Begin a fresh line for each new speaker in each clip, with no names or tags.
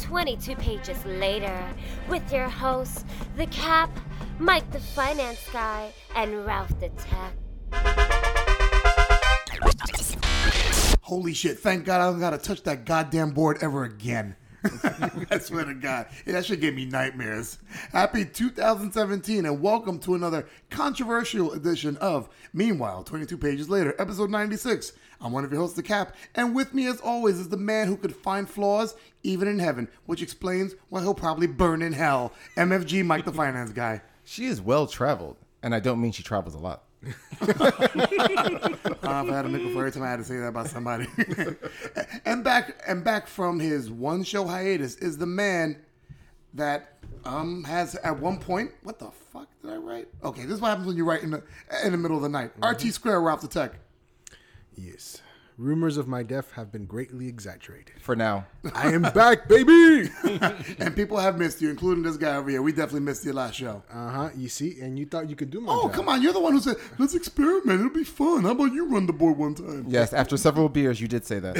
22 pages later with your hosts, The Cap, Mike the Finance Guy, and Ralph the Tech.
Holy shit! Thank God I don't gotta touch that goddamn board ever again. I swear to God, yeah, that shit gave me nightmares. Happy 2017, and welcome to another controversial edition of Meanwhile, 22 Pages Later, episode 96. I'm one of your hosts, The Cap, and with me, as always, is the man who could find flaws even in heaven, which explains why he'll probably burn in hell. MFG, Mike the Finance Guy.
She is well traveled, and I don't mean she travels a lot.
Uh, if I had a nickel for every time I had to say that about somebody. and back and back from his one show hiatus is the man that um has at one point what the fuck did I write? Okay, this is what happens when you write in the in the middle of the night. RT Square Ralph the Tech.
Yes. Rumors of my death have been greatly exaggerated.
For now,
I am back, baby!
and people have missed you, including this guy over here. We definitely missed you last show.
Uh huh. You see, and you thought you could do my
Oh
job.
come on! You're the one who said let's experiment. It'll be fun. How about you run the board one time?
yes, after several beers, you did say that.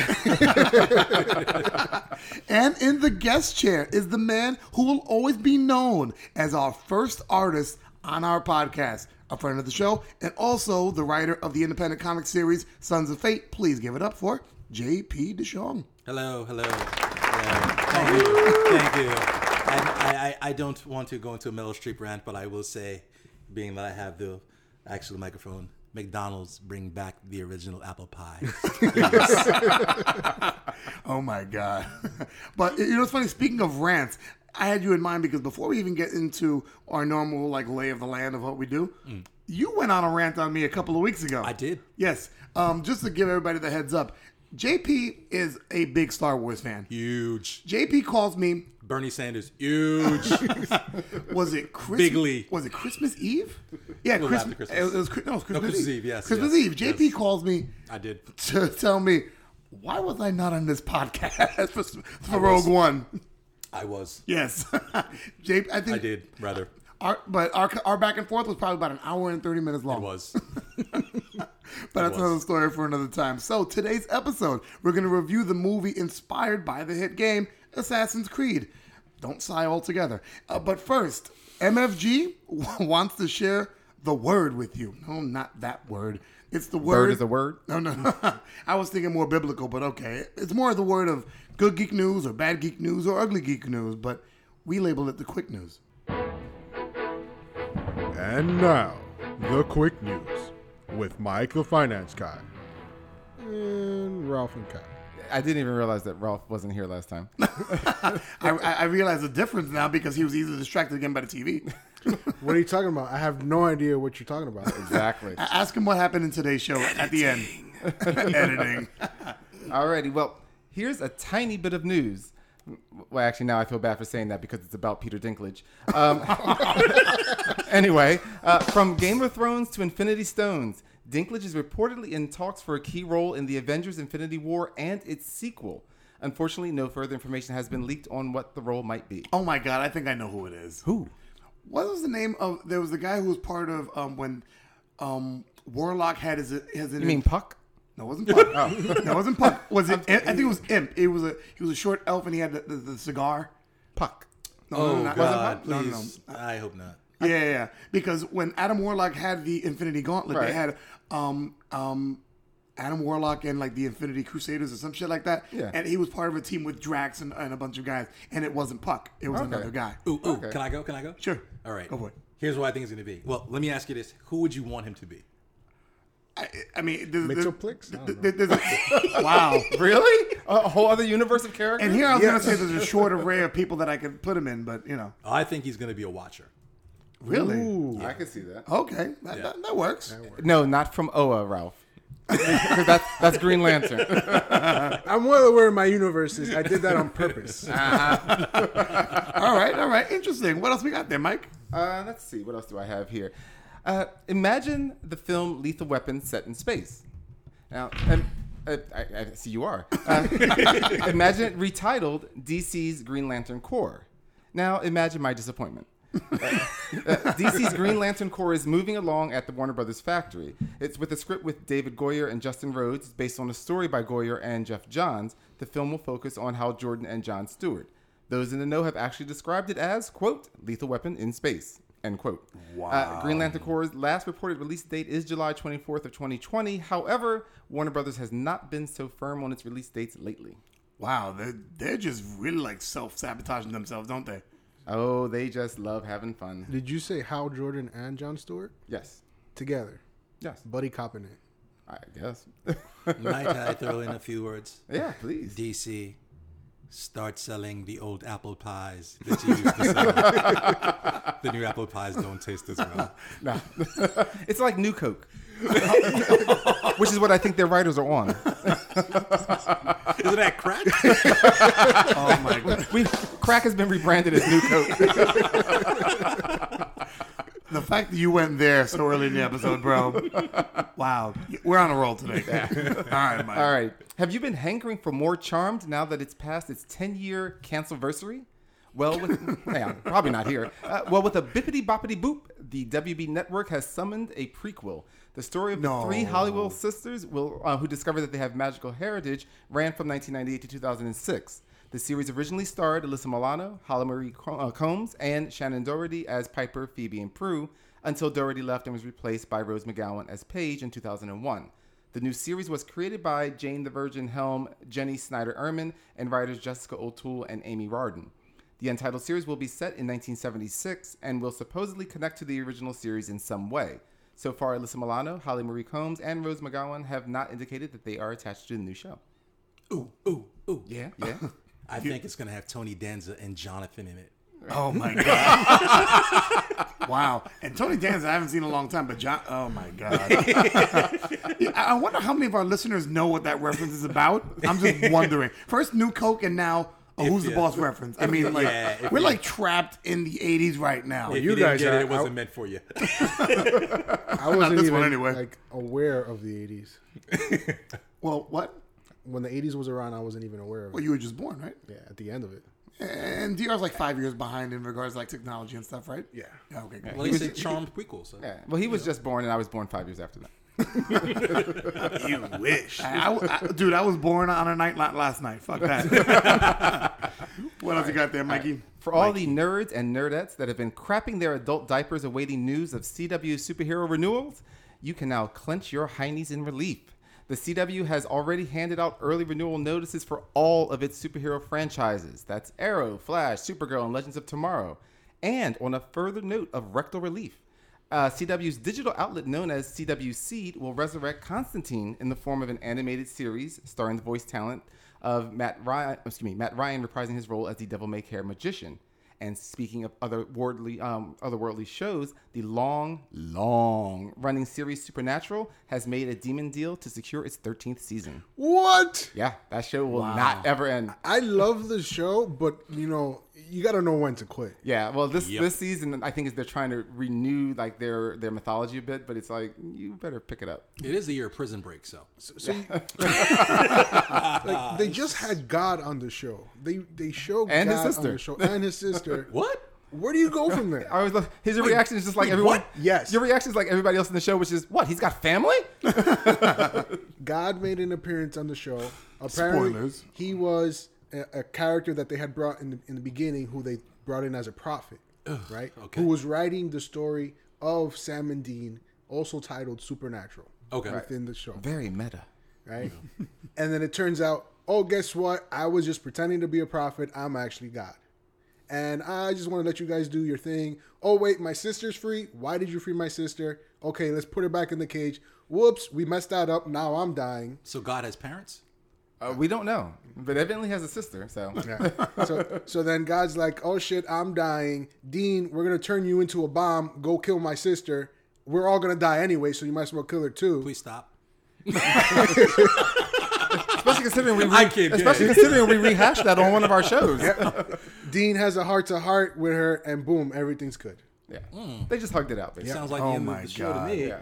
And in the guest chair is the man who will always be known as our first artist on our podcast, a friend of the show, and also the writer of the independent comic series Sons of Fate. Please give it up for J.P. DeShong.
Hello, hello. Hello. Thank you. Thank you. And I, I, I don't want to go into a Meryl Streep rant, but I will say, being that I have the actual microphone, McDonald's bring back the original apple pie.
Oh my god! but you know, it's funny. Speaking of rants, I had you in mind because before we even get into our normal like lay of the land of what we do, you went on a rant on me a couple of weeks ago.
Mm. I did.
Yes. Um, just to give everybody the heads up, JP is a big Star Wars fan.
Huge.
JP calls me.
Bernie Sanders, huge.
Was it Christmas?
Bigly.
Was it Christmas Eve? Yeah,
It was
Christmas.
after
It
Christmas.
was, Chri- no, it was Christmas,
Christmas
Eve.
Eve, yes,
Christmas
yes,
Eve. JP calls me
I did.
to tell me why was I not on this podcast for, for Rogue One?
I was.
Yes, JP. I think
I did, rather.
Our, but our our back and forth was probably about an hour and thirty minutes long.
I was.
But that's
was.
another story for another time. So today's episode, we're going to review the movie inspired by the hit game Assassin's Creed. Don't sigh altogether. Uh, but first, MFG wants to share the word with you. No, not that word. It's the word.
is a word?
No, no. I was thinking more biblical, but okay. It's more the word of good geek news or bad geek news or ugly geek news. But we label it the quick news.
And now, the quick news with Mike the Finance Guy and Ralph and Kyle.
I didn't even realize that Ralph wasn't here last time.
I, I I realize the difference now because he was easily distracted again by the TV.
What are you talking about? I have no idea what you're talking about.
Exactly.
A- Ask him what happened in today's show at the end. Editing.
Alrighty, well, here's a tiny bit of news. Well, actually, now I feel bad for saying that because it's about Peter Dinklage. Um, anyway, uh, from Game of Thrones to Infinity Stones, Dinklage is reportedly in talks for a key role in the Avengers Infinity War and its sequel. Unfortunately, no further information has been leaked on what the role might be.
Oh my god, I think I know who it is.
Who?
What was the name of? There was a guy who was part of um, when um, Warlock had his his.
You mean Puck?
No, it wasn't Puck.
Oh.
No, it wasn't Puck. Was it? Imp? I think it was Imp. It was a he was a short elf and he had the, the, the cigar.
Puck.
No, no,
Oh,
no, not-
God,
wasn't Puck?
please. I hope not.
Yeah, yeah, yeah. Because when Adam Warlock had the Infinity Gauntlet, they
Right.
had um um Adam Warlock and like the Infinity Crusaders or some shit like that.
Yeah.
And he was part of a team with Drax and, and a bunch of guys. And it wasn't Puck. It was
Okay.
another guy.
Ooh, ooh, can I go? Can I go?
Sure.
All right.
Go for it.
Here's what I think it's going to be. Well, let me ask you this. Who would you want him to be?
I, I mean, there's, there's,
Mixoplex? I don't
there- there's a- wow.
Really? A whole other universe of characters?
And here I was gonna say there's a short array of people that I could put him in, but you know,
I think he's going to be a watcher.
really,
I can see that.
okay, that, that, that works.
No, not from Oa, Ralph. 'Cause that's, that's Green Lantern.
I'm well aware of my universes. I did that on purpose.
all right, all right, interesting. What else we got there, Mike?
Uh, let's see. What else do I have here? Uh, imagine the film Lethal Weapon set in space. Now, um, uh, I, I see you are. Uh, imagine it retitled DC's Green Lantern Corps. Now, imagine my disappointment. Uh, uh, DC's Green Lantern Corps is moving along at the Warner Brothers factory. It's with a script with David Goyer and Justin Rhodes. It's based on a story by Goyer and Jeff Johns. The film will focus on Hal Jordan and John Stewart. Those in the know have actually described it as, quote, lethal weapon in space, end quote. Wow. Green Lantern Corps' last reported release date is July 24th of 2020. However, Warner Brothers has not been so firm on its release dates lately.
Wow, they're, they're just really like self sabotaging themselves, don't they?
Oh, they just love having fun.
Did you say Hal Jordan and John Stewart
Yes.
together?
Yes.
Buddy copping it.
I guess.
Might I throw in a few words?
yeah, please.
DC, start selling the old apple pies that you used to sell. the new apple pies don't taste as well.
No. it's like New Coke. Which is what I think their writers are on.
Isn't that crack?
Oh my god.
We crack has been rebranded as New Coke.
The fact that you went there so early in the episode, bro. Wow. We're on a roll today. All right, Mike.
All right. Have you been hankering for more Charmed now that it's past its 10-year cancelversary? Well, with, hang on, probably not here. Uh, well, with a bippity boppity boop, the WB network has summoned a prequel. The story of
No.
the three Hollywood sisters will, uh, who discover that they have magical heritage ran from 1998 to 2006. The series originally starred Alyssa Milano, Holly Marie Co- uh, Combs, and Shannon Doherty as Piper, Phoebe, and Prue, until Doherty left and was replaced by Rose McGowan as Paige in 2001. The new series was created by Jane the Virgin Helm, Jenny Snyder Ehrman, and writers Jessica O'Toole and Amy Varden. The Untitled series will be set in 1976 and will supposedly connect to the original series in some way. So far, Alyssa Milano, Holly Marie Combs, and Rose McGowan have not indicated that they are attached to the new show.
Ooh, ooh, ooh.
Yeah, yeah.
I think it's going to have Tony Danza and Jonathan in it.
Oh my god. wow. And Tony Danza, I haven't seen in a long time, but John. Oh my god. Yeah, I I wonder how many of our listeners know what that reference is about. I'm just wondering. First, New Coke, and now. a who's the
yeah.
boss reference? I mean, like
yeah, if
we're
you-
like trapped in the '80s right now.
If
you
you, didn't
guys
get
are-
it, it wasn't meant for you.
I wasn't
this
even
one anyway.
like aware of the '80s.
Well, what?
When the '80s was around, I wasn't even aware of
Well,
it.
you were just born, right?
Yeah, at the end of it.
And DR's like five years behind in regards to like technology and stuff, right?
Yeah.
Okay. Good.
Well, they say charmed prequel. So.
yeah. Well, he was just born, and I was born five years after that.
You wish, I, I- dude. I was born on a night like last night. Fuck that. what else you got there, Mikey?
For all the nerds and nerdettes that have been crapping their adult diapers awaiting news of CW superhero renewals, you can now clench your heinies in relief. The CW has already handed out early renewal notices for all of its superhero franchises. That's Arrow, Flash, Supergirl, and Legends of Tomorrow. And on a further note of rectal relief, uh, CW's digital outlet known as CW Seed will resurrect Constantine in the form of an animated series starring the voice talent of Matt Ryan. Excuse me, Matt Ryan reprising his role as the Devil May Care magician. And speaking of other worldly, um, otherworldly shows, the long, long running series Supernatural has made a demon deal to secure its 13th season.
What?
Yeah, that show will not ever end.
I love the show, but you know, you got to know when to quit.
Yeah, well, this
Yep.
this season I think is they're trying to renew like their their mythology a bit, but it's like you better pick it up.
It is a year of prison break, so.
So you- like, they just had God on the show. They they show
And his
God on
sister.
the show and his sister.
What?
Where do you go from there?
I always love his reaction is just like everyone.
what?
Yes.
your reaction is like everybody else in the show, which is what he's got family.
God made an appearance on the show. Apparently,
Spoilers.
he was a, a character that they had brought in the, in the beginning, who they brought in as a prophet, right?
okay.
Who was writing the story of Sam and Dean, also titled Supernatural.
Okay.
within the show,
Very meta.
right? and then it turns out, oh, guess what? I was just pretending to be a prophet. I'm actually God. And I just want to let you guys do your thing. Oh, wait, my sister's free. Why did you free my sister? Okay, let's put her back in the cage. Whoops, we messed that up. Now I'm dying.
So God has parents?
Uh, we don't know, but evidently has a sister. So
so, so then God's like, oh shit, I'm dying. Dean, we're going to turn you into a bomb. Go kill my sister. We're all going to die anyway, so you might as well kill her too.
Please stop.
especially considering we,
I can't get
especially
it.
considering we rehashed that on one of our shows.
Dean has a heart to heart with her, and boom, everything's good.
Yeah, they just hugged it out. Basically.
Sounds like
Oh
the end
my
of the show
God.
to me.
yeah,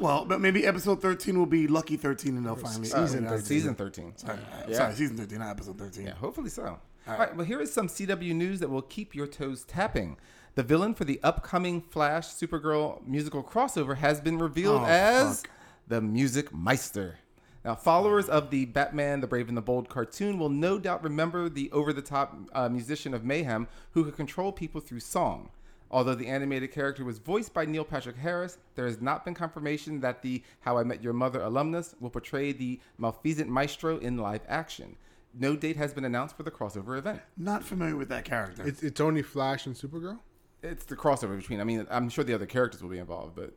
Well, but maybe episode 13 will be Lucky 13 and they'll finally.
Season
uh,
Uh, season thirteen.
Sorry,
Yeah.
sorry, season 13, not episode 13.
Yeah, hopefully so. All right, well, here is some CW news that will keep your toes tapping. The villain for the upcoming Flash Supergirl musical crossover has been revealed
Oh,
as
fuck.
the Music Meister. Now, followers of the Batman, the Brave and the Bold cartoon will no doubt remember the over the top uh, musician of mayhem who could control people through song. Although the animated character was voiced by Neil Patrick Harris, there has not been confirmation that the How I Met Your Mother alumnus will portray the malfeasant maestro in live action. No date has been announced for the crossover event.
Not familiar with that character.
It's, it's only Flash and Supergirl.
It's the crossover between. I mean, I'm sure the other characters will be involved, but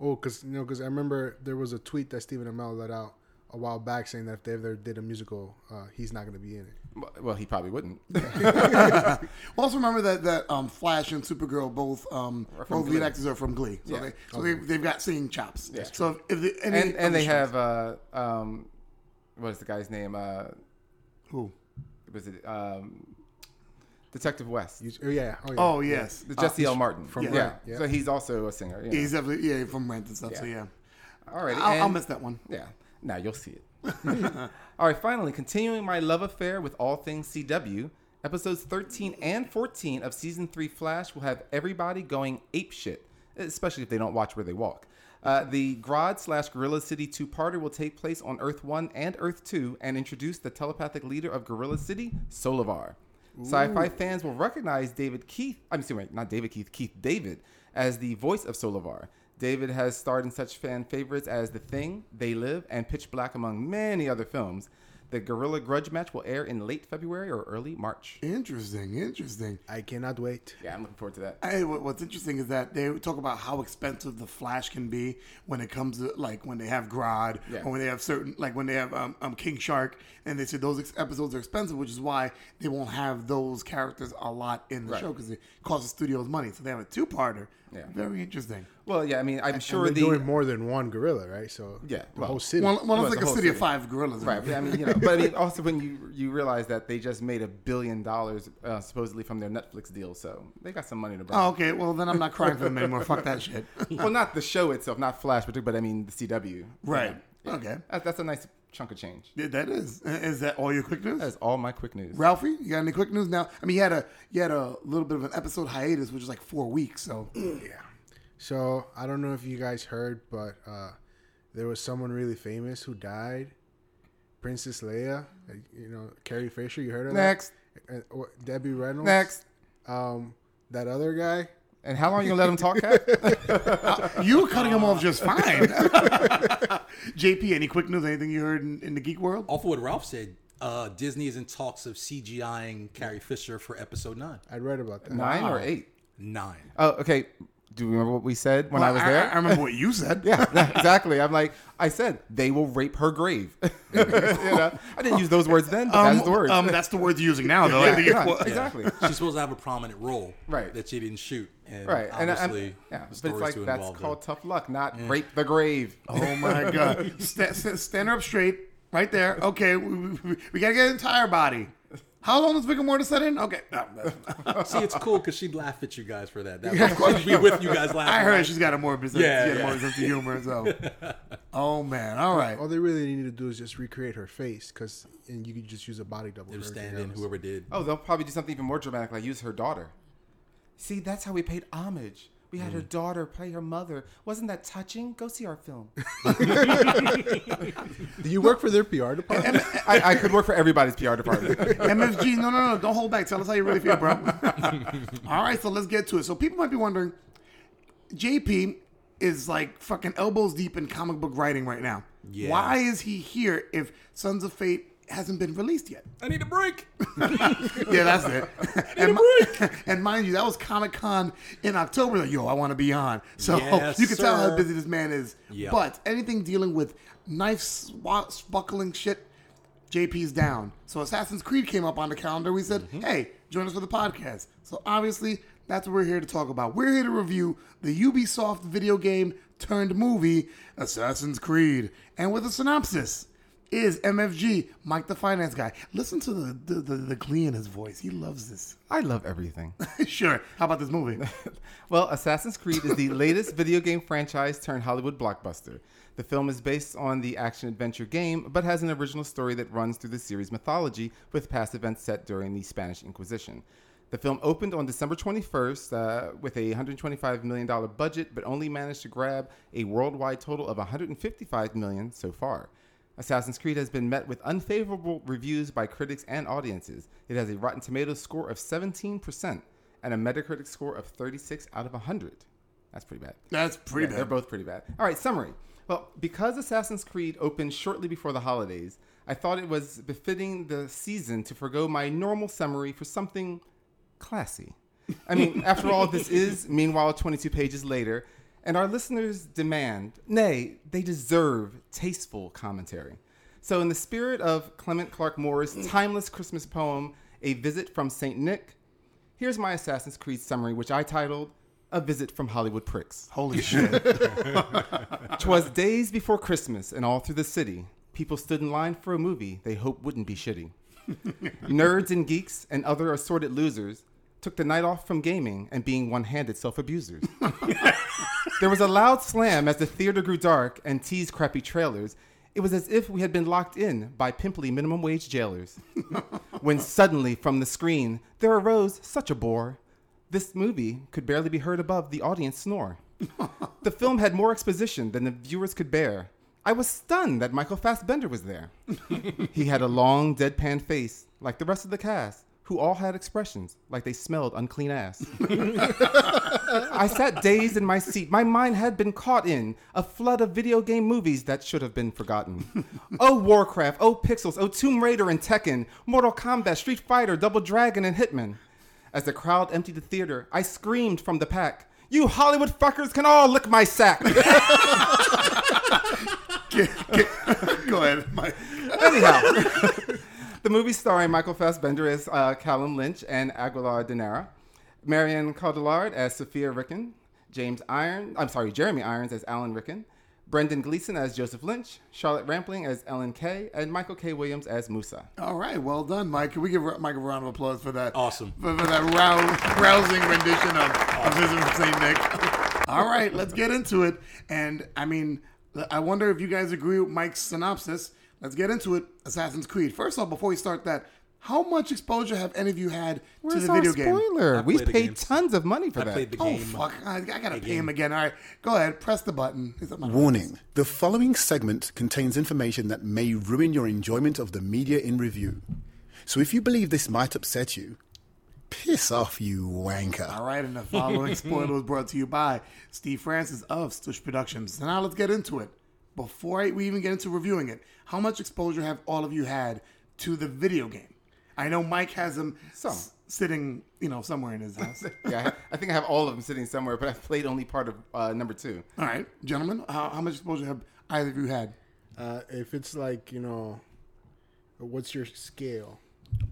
Oh, because you know, 'cause I remember there was a tweet that Stephen Amell let out a while back saying that if they ever did a musical, uh, he's not going to be in it.
well, he probably wouldn't.
also remember that that um, Flash and Supergirl both um,
from
both lead
Glee.
actors are from Glee, so
Yeah. Oh.
they so they, they've got singing chops.
Yeah.
So if the, any
and
other
and they
shows-
have uh um what is the guy's name uh
who?
was it um Detective West
You- oh yeah, oh yeah.
Oh yes,
the Jesse L Martin from yeah.
Rent,
yeah
yeah.
so he's also a singer yeah,
he's definitely yeah from Rent and stuff. So
Yeah.
yeah,
all right
I'll, I'll
and-
miss that one.
yeah now you'll see it all right finally continuing my love affair with all things CW episodes 13 and 14 of season 3 Flash will have everybody going ape shit especially if they don't watch where they walk. Uh, the Grodd slash Gorilla City two parter will take place on Earth 1 and Earth 2 and introduce the telepathic leader of Gorilla City, Solovar. Sci fi fans will recognize David Keith, I'm sorry, not David Keith, Keith David, as the voice of Solovar. David has starred in such fan favorites as The Thing, They Live, and Pitch Black, among many other films. The Gorilla Grudge match will air in late February or early March.
Interesting, interesting.
I cannot wait.
Yeah, I'm looking forward to that.
Hey, what- what's interesting is that they talk about how expensive the Flash can be when it comes to like when they have Grodd
Yeah.
or when they have certain like when they have um, um, King Shark, and they said those ex- episodes are expensive, which is why they won't have those characters a lot in the
Right.
show because it costs the studios money. So they have a two-parter.
Yeah.
Very interesting.
Well, yeah, I mean, I'm
Sure,
sure
they're
the.
doing more than one gorilla, right? So
Yeah,
the
well,
whole city.
Well, well,
was
it's like
the
a
whole
city, of
city.
five gorillas.
Right. but I mean, you know, but I mean, also when you you realize that they just made a billion dollars uh, supposedly from their Netflix deal, so they got some money to burn.
Oh, okay. Well, then I'm not crying for them anymore. Fuck that shit.
Well, not the show itself, not Flash, but but I mean the CW.
Right.
Yeah.
Okay.
That, that's a nice chunk of change.
Yeah, that is. Is that all your quick news?
That's all my quick news.
Ralphie, you got any quick news now? I mean, you had a you had a little bit of an episode hiatus, which is like four weeks. So
Yeah. So I don't know if you guys heard, but uh, there was someone really famous who died, Princess Leia. Like, you know, Carrie Fisher. You heard of
Next.
that? And- or Debbie Reynolds.
Next.
Um, that other guy.
And how long you gonna let him talk? Kat?
you were cutting him off just fine. JP, any quick news? Anything you heard in, in the geek world?
Off of what Ralph said, uh, Disney is in talks of CGIing Carrie Fisher for episode nine.
I read about that.
Nine or eight?
Nine.
Oh, okay. Do you remember what we said when I was there?
I, remember what you said.
yeah, exactly. I'm like, I said they will rape her grave. you know? I didn't use those words then, but
Um,
that's the words.
um, that's the words you're using now, though. I think it
Yeah,
was-
exactly.
She's supposed to have a prominent role,
Right.
That she didn't shoot, and
Right, and I'm,
obviously,
yeah, but
the
it's
story's
like
too
that's
involved.
called tough luck, not rape the grave.
Oh my god! Sta sta- stand her up straight, right there. Okay, we, we, we gotta get an entire body. How long does Viggo Mortis set in? Okay, no, that's-
See, it's cool because she'd laugh at you guys for that. That would be with you guys laughing.
I heard she's got a more sense.
Yeah,
she had a
yeah.
more sense of humor. So, oh man, all right.
All they really need to do is just recreate her face, cause and you could just use a body double.
They
for
were
everything
standing,
else.
whoever did.
Oh, they'll probably do something even more dramatic, like use her daughter. See, that's how we paid homage. We had her daughter play her mother. Wasn't that touching? Go see our film.
Do you work for their PR department?
I, I could work for everybody's PR department.
MFG, no, no, no, don't hold back. Tell us how you really feel, bro. All right, so let's get to it. So people might be wondering, JP is like fucking elbows deep in comic book writing right now.
Yeah.
Why is he here if Sons of Fate hasn't been released yet?
I need a break.
yeah, that's it. and, mi- and mind you, that was Comic Con in October. Like, yo, I want to be on. So
Yes,
you can tell how
sir.
busy this man is.
Yeah.
But anything dealing with knife swa- spuckling shit, JP's down. So Assassin's Creed came up on the calendar. We said, hey, join us for the podcast. So obviously, that's what we're here to talk about. We're here to review the Ubisoft video game turned movie, Assassin's Creed, and with a synopsis is MFG, Mike the Finance Guy. Listen to the the, the, the glee in his voice. He loves this.
I love everything.
sure. How about this movie?
Well, Assassin's Creed is the latest video game franchise turned Hollywood blockbuster. The film is based on the action adventure game, but has an original story that runs through the series' mythology with past events set during the Spanish Inquisition. The film opened on December 21st uh, with a $125 million budget, but only managed to grab a worldwide total of $155 million so far. Assassin's Creed has been met with unfavorable reviews by critics and audiences. It has a Rotten Tomatoes score of 17% and a Metacritic score of 36 out of 100. That's pretty bad.
That's pretty
Yeah,
bad.
They're both pretty bad. All right, summary. Well, because Assassin's Creed opened shortly before the holidays, I thought it was befitting the season to forego my normal summary for something classy. I mean, after all, this is, meanwhile, 22 pages later, and our listeners demand, nay, they deserve tasteful commentary. So, in the spirit of Clement Clark Moore's
Mm.
timeless Christmas poem, A Visit from St. Nick, here's my Assassin's Creed summary, which I titled A Visit from Hollywood Pricks.
Holy shit.
Twas days before Christmas, and all through the city, people stood in line for a movie they hoped wouldn't be shitty. Nerds and geeks and other assorted losers took the night off from gaming and being one handed self abusers. there was a loud slam as the theater grew dark and teased crappy trailers. It was as if we had been locked in by pimply minimum wage jailers. when suddenly from the screen there arose such a bore, this movie could barely be heard above the audience snore. The film had more exposition than the viewers could bear. I was stunned that Michael Fassbender was there. he had a long, deadpan face, like the rest of the cast, who all had expressions like they smelled unclean ass. I sat dazed in my seat. My mind had been caught in a flood of video game movies that should have been forgotten. oh, Warcraft, oh, Pixels, oh, Tomb Raider and Tekken, Mortal Kombat, Street Fighter, Double Dragon, and Hitman. As the crowd emptied the theater, I screamed from the pack, You Hollywood fuckers can all lick my sack!
Go ahead, Mike.
Anyhow, the movie starring Michael Fassbender as uh, Callum Lynch and Aguilar De Nara, Marianne Cotillard as Sophia Ricken, James Irons, I'm sorry, Jeremy Irons as Alan Ricken, Brendan Gleeson as Joseph Lynch, Charlotte Rampling as Ellen Kay, and Michael K. Williams as Musa.
All right, well done, Mike. Can we give Mike a round of applause for that?
Awesome.
For, for that rou- rousing rendition of, of Visit from St. Nick. All right, let's get into it. And I mean, I wonder if you guys agree with Mike's synopsis. Let's get into it. Assassin's Creed. First off, before we start that, how much exposure have any of you had to the video game?
spoiler?
I
We've
played the
paid
games.
tons of money for
I
that.
played the
Oh
game.
fuck! I, I gotta pay him again. All right, go ahead. Press the button. Is that my-
Warning the following segment contains information that may ruin your enjoyment of the media in review. So if you believe this might upset you, piss off, you wanker.
All right, and the following spoiler was brought to you by Steve Francis of Stush Productions. So now let's get into it. Before I- we even get into reviewing it, how much exposure have all of you had to the video game? I know Mike has them
Some.
s- sitting, you know, somewhere in his house.
yeah, I think I have all of them sitting somewhere, but I've played only part of uh, number two.
all right, gentlemen, how, how much exposure have either of you had?
Uh, if it's like you know, what's your scale?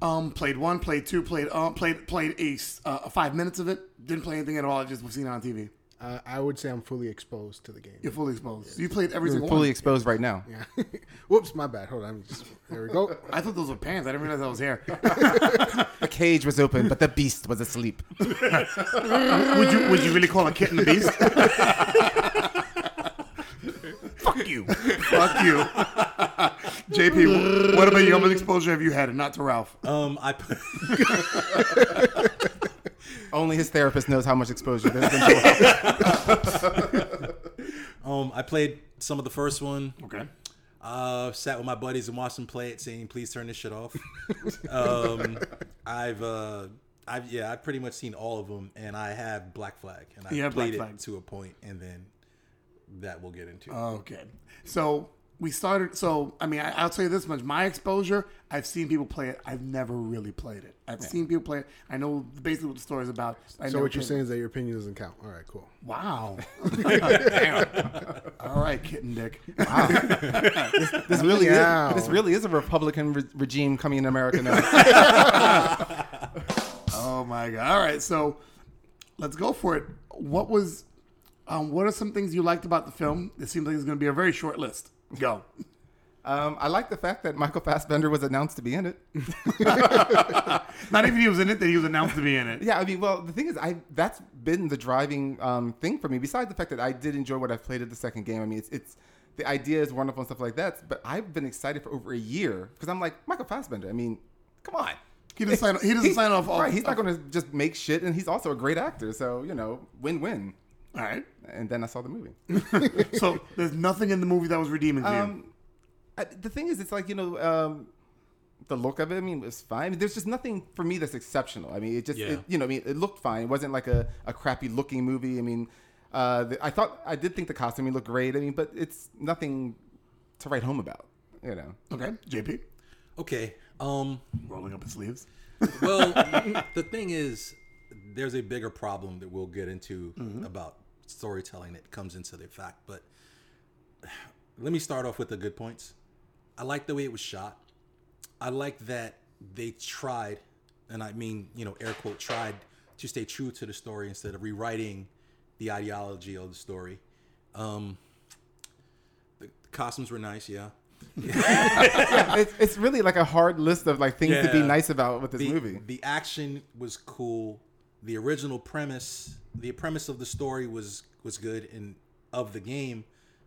Um, played one, played two, played um, played played a s- uh, five minutes of it. Didn't play anything at all. I just was seen it on TV.
Uh, I would say I'm fully exposed to the game.
You're fully exposed. You played every single
Fully
one.
exposed right now.
Whoops, my bad. Hold on. let me Just, there we go.
I thought those were pants. I didn't realize that was hair.
The cage was open, but the beast was asleep.
would you would you really call a kitten a beast? Fuck you. Fuck you. JP, wh- what about you? How much exposure have you had? And not to Ralph.
Um, I put,
Only his therapist knows how much exposure there's been. to him.
um, I played some of the first one.
Okay.
Uh, sat with my buddies and watched them play it, saying, "Please turn this shit off." um, I've, uh, I've, yeah, I've pretty much seen all of them, and I have Black Flag, and I
You have Black
played it
Flag.
to a point, and then that we'll get into.
Oh.
Okay. So we started. So I mean, I, I'll tell you this much: my exposure, I've seen people play it. I've never really played it. I've seen people play it. I know basically what the story is about. but I
So
never
what you're
played it.
saying is that your opinion doesn't count. All right, cool.
Wow. Damn. All right, kitten dick.
This really,
Wow.
is, this really is a Republican re- regime coming in America now.
Oh my god! All right, so let's go for it. What was? Um, what are some things you liked about the film? It seems like it's going to be a very short list. Go.
um, I like the fact that Michael Fassbender was announced to be in it.
Not even he was in it; that he was announced to be in it.
Yeah, I mean, well, the thing is, I that's been the driving um, thing for me. Besides the fact that I did enjoy what I've played at the second game. I mean, it's it's the idea is wonderful and stuff like that. But I've been excited for over a year because I'm like Michael Fassbender. I mean, come on.
He doesn't sign. He doesn't
He's-
sign off. All,
right, he's not going to just make shit, and he's also a great actor. So you know, win-win.
All right.
And then I saw the movie.
So there's nothing in the movie that was redeeming to you.
Um, I, the thing is, it's like you know, um, the look of it. I mean, it's fine. There's just nothing for me that's exceptional. I mean, it just,
Yeah.
it, you know, I mean, it looked fine. It wasn't like a, a crappy looking movie. I mean, uh, the, I thought I did think the costuming looked great. I mean, but it's nothing to write home about. You know,
Okay, JP,
Okay. Um.
rolling up his sleeves.
Well, the thing is, there's a bigger problem that we'll get into about storytelling that comes into the fact. But let me start off with the good points. I like the way it was shot. I like that they tried, and I mean, you know, air quote, tried to stay true to the story instead of rewriting the ideology of the story. Um, the costumes were nice, yeah.
it's, it's really like a hard list of like things to be
Yeah.
nice about with this
the,
movie.
The action was cool. The original premise, the premise of the story was was good and of the game.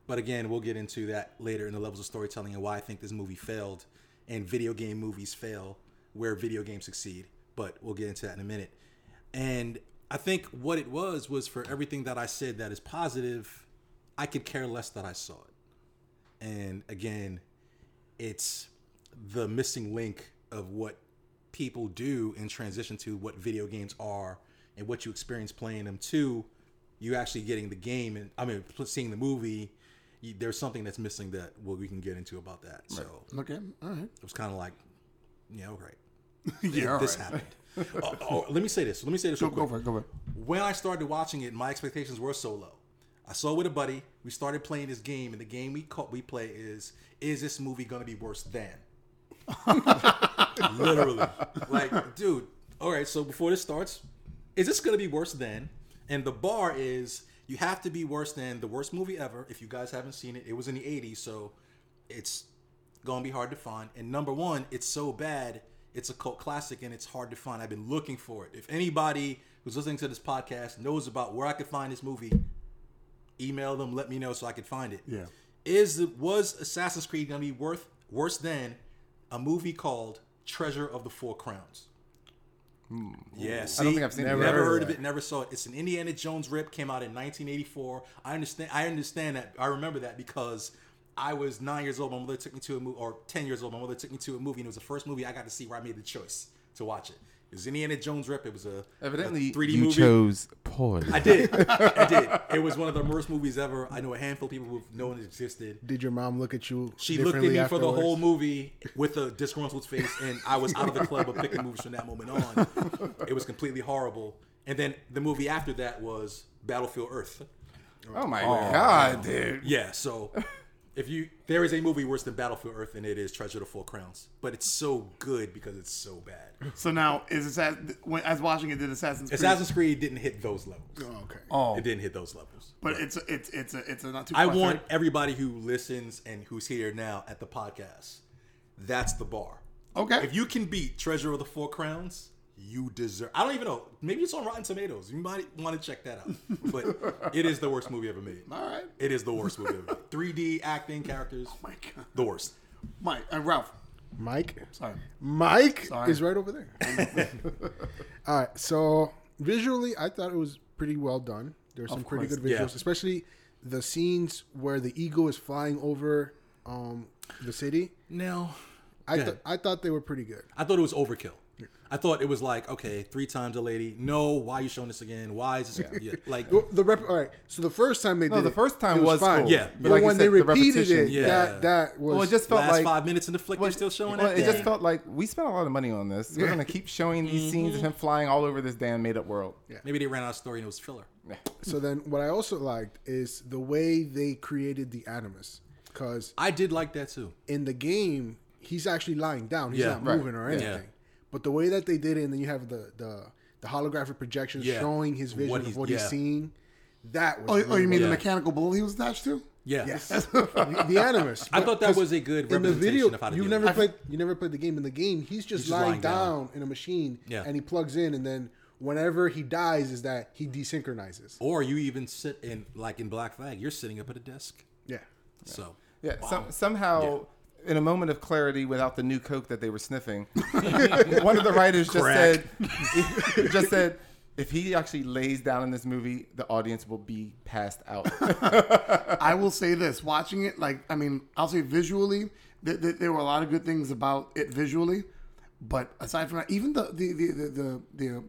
But again, we'll get into that later in the levels of storytelling and why I think this movie failed and video game movies fail where video games succeed. But we'll get into that in a minute. And I think what it was was for everything that I said that is positive, I could care less that I saw it. And again, it's the missing link of what people do in transition to what video games are and what you experience playing them to you actually getting the game and i mean pl- seeing the movie you, there's something that's missing that well, we can get into about that so
Okay, all right.
it was kind of like yeah all right
Yeah, all
this
right.
happened oh, oh, let me say this let me say this
Go,
real
go
quick
for it. Go for it.
when I started watching it, my expectations were so low. I saw it with a buddy. We started playing this game, and the game we call, we play is is this movie gonna be worse than? Literally, like, dude. All right, so before this starts, is this gonna be worse than? And the bar is you have to be worse than the worst movie ever. If you guys haven't seen it, it was in the '80s, so it's gonna be hard to find. And number one, it's so bad, it's a cult classic and it's hard to find. I've been looking for it. If anybody who's listening to this podcast knows about where I could find this movie, email them, let me know so I could find it.
Yeah.
Is the- was Assassin's Creed gonna be worth worse than a movie called Treasure of the Four Crowns? Yes,
I don't think I've seen it.
never,
Never
never
heard
heard
of
of it, never saw it. It's an Indiana Jones rip, came out in 1984. I understand. I understand that. I remember that because I was nine years old. My mother took me to a movie, or ten years old. My mother took me to a movie, and it was the first movie I got to see where I made the choice to watch it. It was Indiana Jones rip. It was a a
Evidently,
3D
you
movie.
chose porn.
I did. I did. It was one of the worst movies ever. I know a handful of people who've known it existed.
Did your mom look at you?
She looked at
differently
me for the
afterwards?
whole movie with a disgruntled face, and I was out of the club of picking movies from that moment on. It was completely horrible. And then the movie after that was Battlefield Earth.
Oh my god, dude!
Yeah, so if you there is a movie worse than Battlefield Earth, and it is Treasure of the Four Crowns. But it's so good because it's so bad.
So now is Assassin, when, as watching it did Assassin's Creed,
Assassin's Creed didn't hit those levels.
Oh, okay.
It didn't hit those levels.
but it's a, it's it's a, it's a not too.
I
far
want
third.
everybody who listens and who's here now at the podcast. That's the bar.
Okay.
If you can beat Treasure of the Four Crowns, you deserve. I don't even know. Maybe it's on Rotten Tomatoes. You might want to check that out. But it is the worst movie ever made.
All right,
It is the worst movie ever. Made. 3D acting characters.
my God,
The worst.
Mike and Ralph.
Mike.
Sorry,
Mike
Sorry.
is right over there. All right. So visually, I thought it was pretty well done. There's some pretty good visuals,
yeah.
especially the scenes where the eagle is flying over um, the city.
Now,
I,
Go
th-
ahead.
I thought they were pretty good.
I thought it was overkill. I thought it was like, okay, three times a lady. No, why are you showing this again? Why is this? Yeah, like,
Well, The rep- all right. So the first time they did
the
it,
first time
it
was cool.
Yeah.
but
But
like you
when
said,
they
the
repeated
repetition.
it,
Yeah.
that that was
Well, it just felt
last
like
five minutes in the flick, they're still showing
Well,
that
it just
thing?
felt like we spent a lot of money on this. We're gonna keep showing these
Mm-hmm.
scenes of him flying all over this damn made-up world.
Maybe they ran out of story and it was filler.
So then, what I also liked is the way they created the animus, because
I did like that too.
in the game he's actually lying down, he's
Yeah,
not
right.
moving or
Yeah.
anything. But the way that they did it, and then you have the the, the holographic projections
Yeah.
showing his vision
What
of
he's-
what
yeah.
he's seeing. That was
Oh,
really
oh you mean the
Yeah.
mechanical bull he was attached to?
Yeah.
yes, the, the animus.
I thought that
'Cause
was a good
in the
representation
video.
of how to
You've
do
never
it.
played you never played the game. In the game, he's just
just
lying
lying
down,
down.
in a machine,
Yeah.
and he plugs in, and then whenever he dies, is that he desynchronizes.
Or you even sit in, like in Black Flag, you're sitting up at a desk.
Yeah,
So,
Yeah,
wow.
some, somehow, in a moment of clarity, without the new coke that they were sniffing, one of the writers just
Crack.
said, just said, If he actually lays down in this movie, the audience will be passed out.
I will say this: watching it, like I mean, I'll say visually, th- th- there were a lot of good things about it visually, but aside from that, even the the the the the, the, uh,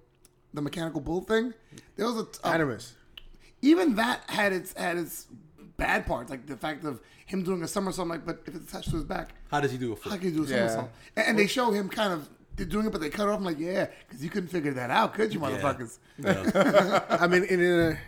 the mechanical bull thing, there was a t- uh,
Animus.
even that had its had its bad parts, like the fact of him doing a somersault. Like, but if it's attached to his back,
How does he do a
how
flip?
can you do a
Yeah.
somersault? And, and they show him kind of they're doing it, but they cut off. I'm like, yeah, because you couldn't figure that out, could you, motherfuckers?
I mean, in a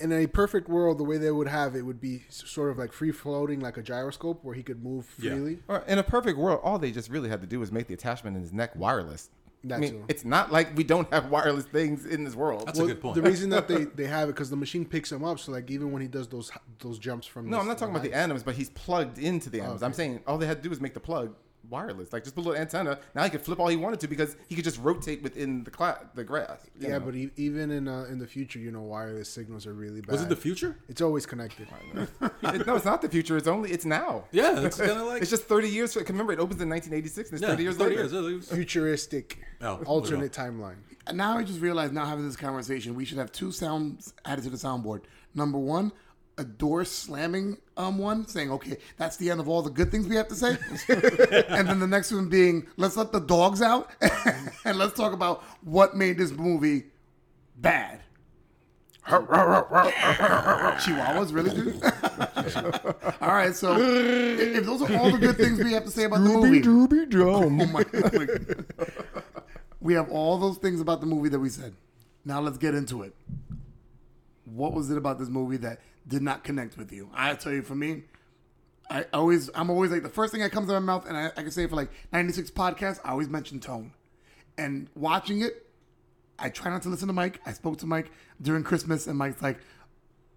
in a perfect world, the way they would have it would be s- sort of like free floating, like a gyroscope, where he could move
Yeah.
freely.
or in a perfect world, all they just really had to do was make the attachment in his neck wireless.
That
I mean,
too.
it's not like we don't have wireless things in this world.
That's a good point.
The reason that they, they have it because the machine picks him up. So like even when he does those those jumps from
no,
the-
I'm not talking about the
height-
animus, but he's plugged into the animus. I'm saying all they had to do was make the plug wireless, like just put a little antenna. Now he could flip all he wanted to because he could just rotate within the cla- the grass. you
Yeah,
know.
but e- even in uh, in the future, you know, wireless signals are really bad.
Was it the future?
It's always connected.
It- no, it's not the future. It's only it's now.
Yeah, it's kind of like
It's just 30 years. Remember, it opens in 1986, and it's
yeah,
30 years
30
later.
years, yeah, it was-
Futuristic,
Oh, there we
alternate timeline.
And now I just realized, now having this conversation, we should have two sounds added to the soundboard. Number one, a door slamming um one, saying, "Okay, that's the end of all the good things we have to say," and then the next one being, "Let's let the dogs out and let's talk about what made this movie bad." Chihuahuas, really, dude? all right, so if if those are all the good things we have to say about the movie, Oh my God. we have all those things about the movie that we said. Now let's get into it. What was it about this movie that did not connect with you? I tell you, for me, I always, I'm always like the first thing that comes out of my mouth, and I, I can say it for like 96 podcasts, I always mention tone. And watching it, I try not to listen to Mike. I spoke to Mike during Christmas, and Mike's like,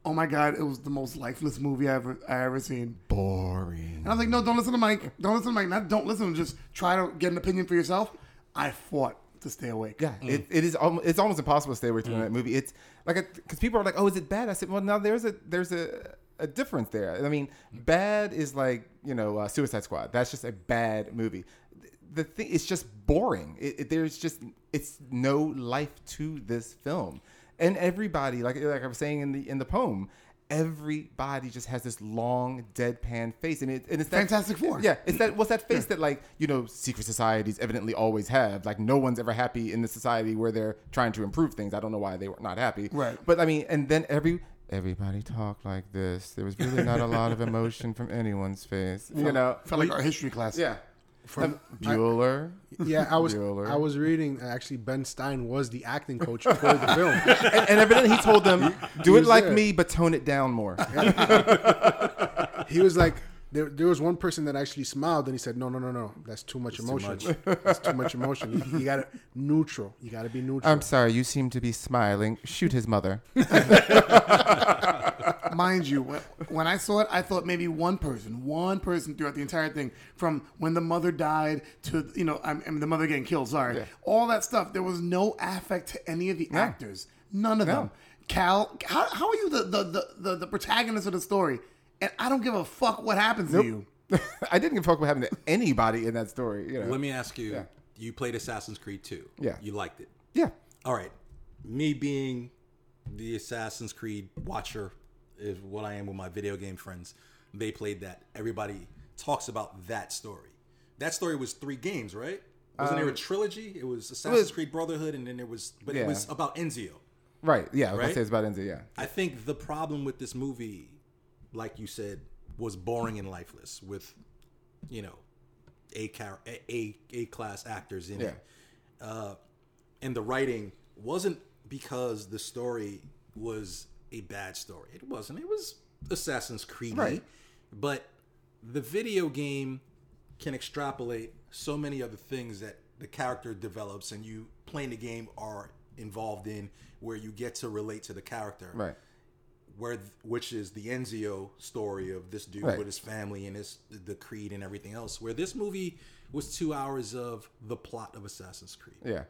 "Oh my God, it was the most lifeless movie I ever, I ever seen." And I was like, no, don't listen to Mike. Don't listen to Mike. Not don't listen. Just try to get an opinion for yourself. I fought to stay awake.
Yeah, it, it is. Almost, it's almost impossible to stay away from
Mm.
that movie. It's like because people are like, "Oh, is it bad?" I said, "Well, no. There's a there's a, a difference there. I mean, bad is like you know uh, Suicide Squad. That's just a bad movie. Th- The thing it's just boring. It, it- there's just it's no life to this film. And everybody, like like I was saying in the in the poem, everybody just has this long deadpan face, and it and it's that,
Fantastic Four.
Yeah, it's that what's that face
Hmm.
that like you know secret societies evidently always have. Like no one's ever happy in the society where they're trying to improve things. I don't know why they were not happy.
Right.
But I mean, and then every everybody talked like this. There was really not a lot of emotion from anyone's face. You know.
Felt like our history class.
Yeah.
From
Bueller.
yeah, I was
Bueller.
I was reading. uh, Actually, Ben Stein was the acting coach for the film.
and, and evidently he told them, do
he
it
was
like
there.
me, but tone it down more.
he was like there, there was one person that actually smiled and he said no no no no that's too much emotion that's too much emotion you, you gotta neutral you gotta be neutral
I'm sorry, you seem to be smiling. Shoot his mother.
Mind you, wh- when I saw it, I thought maybe one person, one person throughout the entire thing, from when the mother died to you know, I mean the mother getting killed. Sorry, all that stuff. There was no affect to any of the actors. None of them. Cal, how, how are you the the, the the the protagonist of the story? And I don't give a fuck what happens to you.
I didn't give a fuck what happened to anybody in that story. You know.
Let me ask you. You played Assassin's Creed 2.
Yeah.
You liked it.
yeah.
All right. Me being the Assassin's Creed watcher is what I am with my video game friends. They played that. Everybody talks about that story. That story was three games, right? Wasn't there a trilogy? Um, It was Assassin's Creed Brotherhood, and then there was, but
Yeah.
it was about Enzio.
Right. Yeah. I was gonna
Right?
say it's about Enzo. Yeah.
I think the problem with this movie, like you said, was boring and lifeless with, you know, a car- a, a, a class actors in it. Uh, and the writing wasn't because the story was a bad story. It wasn't. It was Assassin's Creed.
Right.
But the video game can extrapolate so many other things that the character develops and you playing the game are involved in where you get to relate to the character
Right.
where th- which is the Enzio story of this dude
Right.
with his family and his the creed and everything else. Where this movie was two hours of the plot of Assassin's Creed.
Yeah.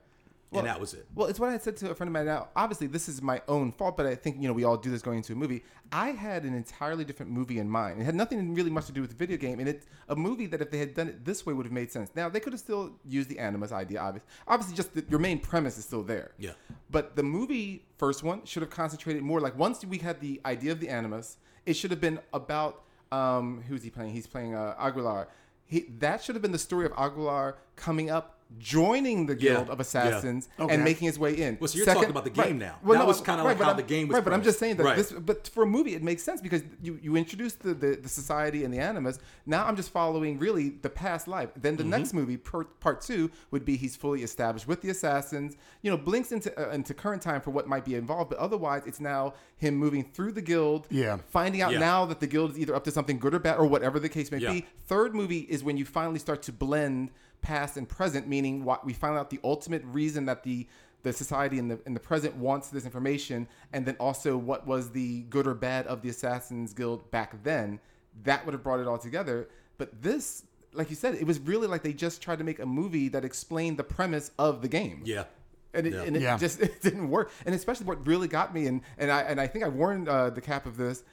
and that was it.
Well, it's what I had said to a friend of mine. Now, obviously, this is my own fault, but I think you know we all do this going into a movie. I had an entirely different movie in mind. It had nothing really much to do with the video game, and it's a movie that if they had done it this way would have made sense. Now they could have still used the animus idea, obviously. Obviously, just the, your main premise is still there.
Yeah.
But the movie first one should have concentrated more. Like once we had the idea of the animus, it should have been about um, who's he playing? He's playing uh, Aguilar. He, that should have been the story of Aguilar coming up, joining the
Yeah.
guild of assassins,
Okay.
and making his way in.
Well, so you're talking about the game now. That was kinda like
but
how
I'm-
the game was
Right, but I'm just
premised.
saying that
Right.
this. But for a movie, it makes sense because you you introduce the, the the society and the animus. Now I'm just following really the past life. Then the
Mm-hmm.
next movie, per, part two, would be he's fully established with the assassins. You know, blinks into uh, into current time for what might be involved, but otherwise it's now him moving through the guild.
Yeah.
finding out
Yeah.
now that the guild is either up to something good or bad or whatever the case may
Yeah.
be. Third movie is when you finally start to blend past and present, meaning what we find out the ultimate reason that the the society in the in the present wants this information, and then also what was the good or bad of the Assassins Guild back then. That would have brought it all together. But this, like you said, it was really like they just tried to make a movie that explained the premise of the game.
Yeah.
And it,
Yeah.
and it
Yeah.
just it didn't work. And especially what really got me, and and I and I think I warned uh, the cap of this,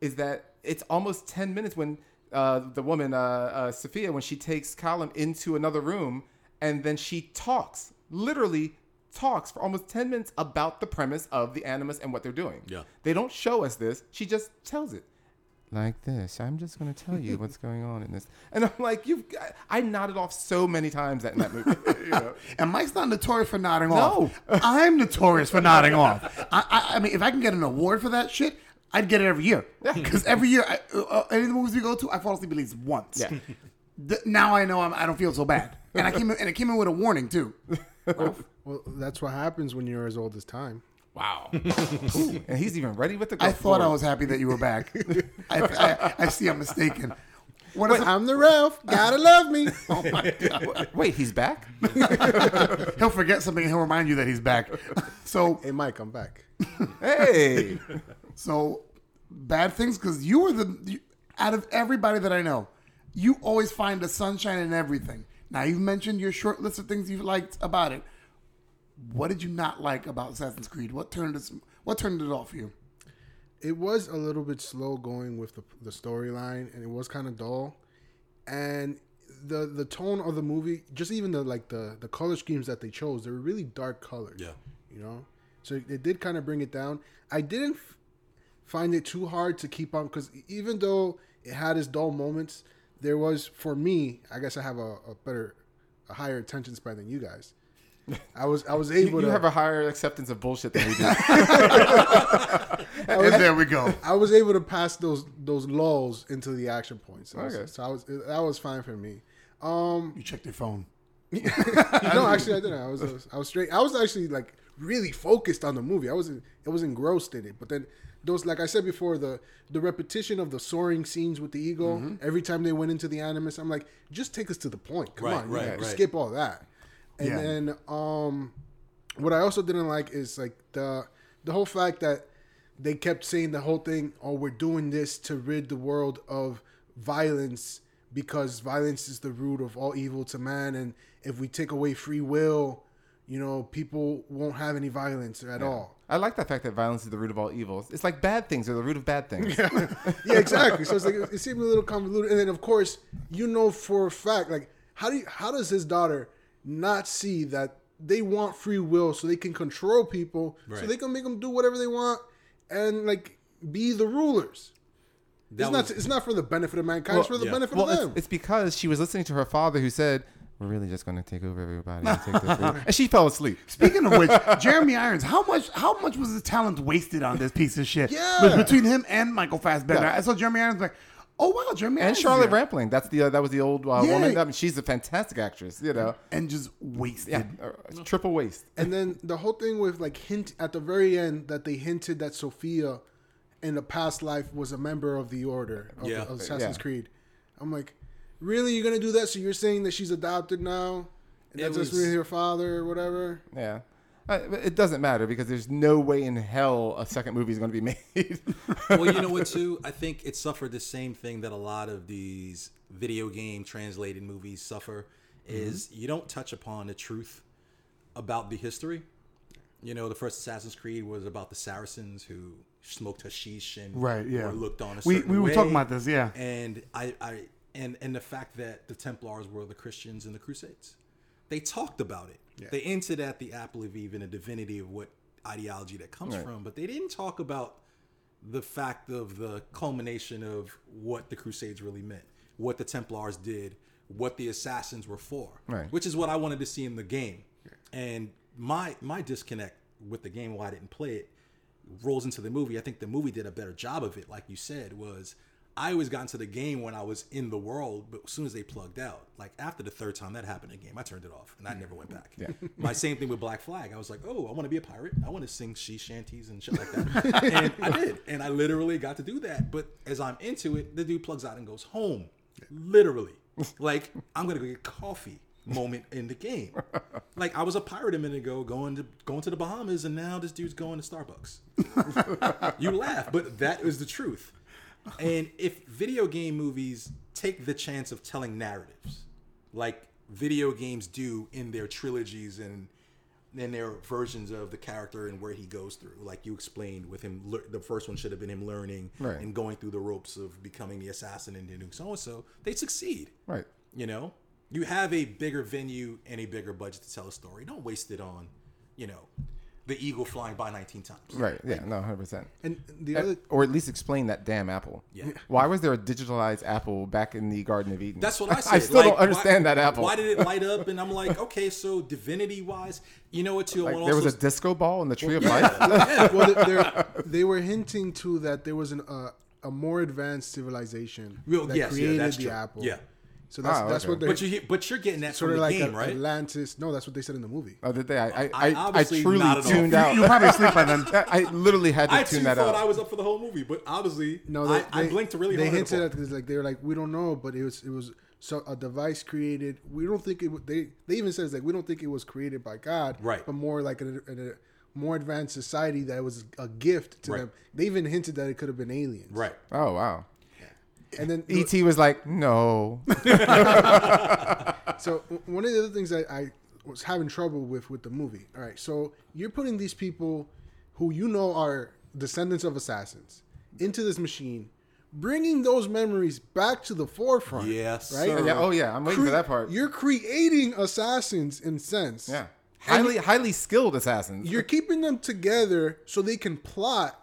is that it's almost ten minutes when uh, the woman uh, uh, Sophia when she takes Column into another room, and then she talks literally talks for almost 10 minutes about the premise of the animus and what they're doing.
Yeah.
They don't show us this. She just tells it like this. I'm just going to tell you what's going on in this. And I'm like, you I, I nodded off so many times that in that movie. you know?
And Mike's not notorious for nodding
No.
off. I'm notorious for nodding off. I, I, I mean, if I can get an award for that shit, I'd get it every year. Because every year, I, uh, uh, any of the movies we go to, I fall asleep at least once.
Yeah.
Th- now I know I'm, I don't feel so bad. And I came in, and it came in with a warning too.
Well, that's what happens when you're as old as time.
Wow. and he's even ready with the
I thought I
Lord.
was happy that you were back. I, I, I see I'm mistaken. What is
I'm the Ralph. Gotta love me.
Wait, he's back?
He'll forget something and he'll remind you that he's back. So,
hey, Mike, I'm back.
hey.
so bad things because you were the you, out of everybody that I know, you always find the sunshine in everything. Now you've mentioned your short list of things you liked about it. What did you not like about Assassin's Creed? What turned this? What turned it off for you?
It was a little bit slow going with the, the storyline, and it was kind of dull. And the the tone of the movie, just even the like the the color schemes that they chose, they were really dark colors.
Yeah.
you know, so it did kind of bring it down. I didn't f- find it too hard to keep on because even though it had its dull moments, there was for me. I guess I have a, a better, a higher attention span than you guys. I was I was able
You, you
to
have a higher acceptance of bullshit than we do.
And there we go.
I was able to pass those those lulls into the action points.
Okay.
Okay. So I was that was fine for me. Um,
You checked your phone.
no, actually I didn't. I was I was- I was straight. I was actually like really focused on the movie. I wasn't. It was engrossed in it. But then those, like I said before, the the repetition of the soaring scenes with the eagle.
Mm-hmm.
Every time they went into the animus, I'm like, just take us to the point. Come
Right,
on,
right,
you can
right.
skip all that. And
Yeah.
then um, what I also didn't like is like the the whole fact that they kept saying the whole thing, oh, we're doing this to rid the world of violence because violence is the root of all evil to man, and if we take away free will, you know, people won't have any violence at all.
I like the fact that violence is the root of all evils. It's like bad things are the root of bad things.
yeah, exactly. So it's like it seemed a little convoluted. And then of course, you know for a fact, like how do you, how does his daughter not see that they want free will so they can control people, so
Right.
they can make them do whatever they want and like be the rulers.
That
it's
was,
not it's not for the benefit of mankind. it's for the
yeah.
benefit
Well,
of
it's,
them.
it's because she was listening to her father who said, We're really just going to take over everybody. And, take this over." and she fell asleep.
Speaking of which, Jeremy Irons, how much how much was his talent wasted on this piece of shit?
Yeah.
But between him and Michael Fassbender,
Yeah.
I saw Jeremy Irons like, oh wow, Jeremy
And
Irons is
Charlotte
here.
Rampling. That's the, uh, that was the old uh,
Yeah.
woman. I mean, she's a fantastic actress, you know.
and just wasted.
Yeah, uh, triple waste.
and then the whole thing with like hint at the very end that they hinted that Sophia in the past life was a member of the order of,
Yeah.
of Assassin's
Yeah.
Creed. I'm like, really, you're gonna do that? So you're saying that she's adopted now, and
It
that's just
was-
really her father or whatever.
Yeah. Uh, but it doesn't matter because there's no way in hell a second movie is going to be made.
well, you know what, too? I think it suffered the same thing that a lot of these
Mm-hmm.
video game translated movies suffer is you don't touch upon the truth about the history. You know, the first Assassin's Creed was about the Saracens who smoked hashish and
Right, yeah.
were looked on a
We-
certain
we were
way.
talking about this, yeah.
And I, I and and the fact that the Templars were the Christians in the Crusades, they talked about it. They hinted at the apple of Eve and the divinity of what ideology that comes from, but they didn't talk about the fact of the culmination of what the Crusades really meant, what the Templars did, what the assassins were for,
Right.
which is what I wanted to see in the game. And my my disconnect with the game, why I didn't play it, rolls into the movie. I think the movie did a better job of it, like you said, was I always got into the game when I was in the world, but as soon as they plugged out, like after the third time that happened in the game, I turned it off and I never went back. My same thing with Black Flag. I was like, oh, I want to be a pirate. I want to sing she shanties and shit like that. and I did. And I literally got to do that. But as I'm into it, the dude plugs out and goes home. Literally. Like, I'm going to go get coffee moment in the game. Like, I was a pirate a minute ago going to going to the Bahamas, and now this dude's going to Starbucks you laugh, but that is the truth. And if video game movies take the chance of telling narratives, like video games do in their trilogies and in their versions of the character and where he goes through, like you explained with him, lear- the first one should have been him learning
Right.
and going through the ropes of becoming the assassin and doing so and so. They succeed.
Right.
You know, you have a bigger venue and a bigger budget to tell a story. Don't waste it on, you know, the eagle flying by 19 times.
Right. Yeah. No. Hundred percent.
And the other
Or at least explain that damn apple.
Yeah.
Why was there a digitalized apple back in the Garden of Eden?
That's what I said.
I still
Like,
don't understand
why-
that apple.
Why did it light up? And I'm like, okay, so divinity wise, you know what? Too.
Like,
I
there
also-
was a disco ball in the Tree of Life.
well, they- they're- they were hinting to that there was an, uh, a more advanced civilization
Well,
that
yes, yeah,
created
that's
the
true.
apple.
Yeah.
So that's
Ah,
that's
okay.
what they're
but you hear- but you're getting that
sort of
from the
like
game,
a-
right?
Atlantis. No, that's what they said in the movie.
Oh, did they? I I,
I
I, I,
obviously
truly
nodded off.
tuned
You-
out.
you probably sleep by then.
I literally had to
I too
tune that
thought
out.
I was up for the whole movie, but obviously,
No,
I,
they,
I
they-
blinked really
They
hard.
hinted
the
at this, like they were like, we don't know, but it was it was so a device created. We don't think it. wa- They they even says like we don't think it was created by God,
Right.
But more like a, a, a more advanced society that was a gift to
Right.
them. They even hinted that it could have been aliens,
ball. right.
oh wow.
And then
ET was like, no.
So w- one of the other things that I was having trouble with with the movie. All right, so you're putting these people who you know are descendants of assassins into this machine, bringing those memories back to the forefront.
Yes,
right.
sir.
yeah. Oh yeah. I'm waiting
Cre-
for that part.
You're creating assassins in sense.
Yeah. Highly highly skilled assassins.
You're keeping them together so they can plot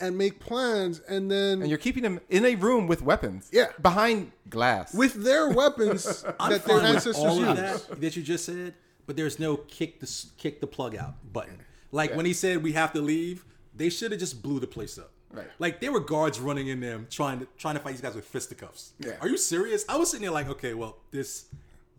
and make plans, and then
and you're keeping them in a room with weapons.
Yeah.
Behind glass.
with their weapons
I'm
that
fine
their
with
ancestors
all of
used.
that that you just said, but there's no kick the s- kick the plug out button. Like when he said we have to leave, they should have just blew the place up.
Right.
Like there were guards running in them trying to trying to fight these guys with fisticuffs.
Yeah.
Are you serious? I was sitting there like, okay, well, this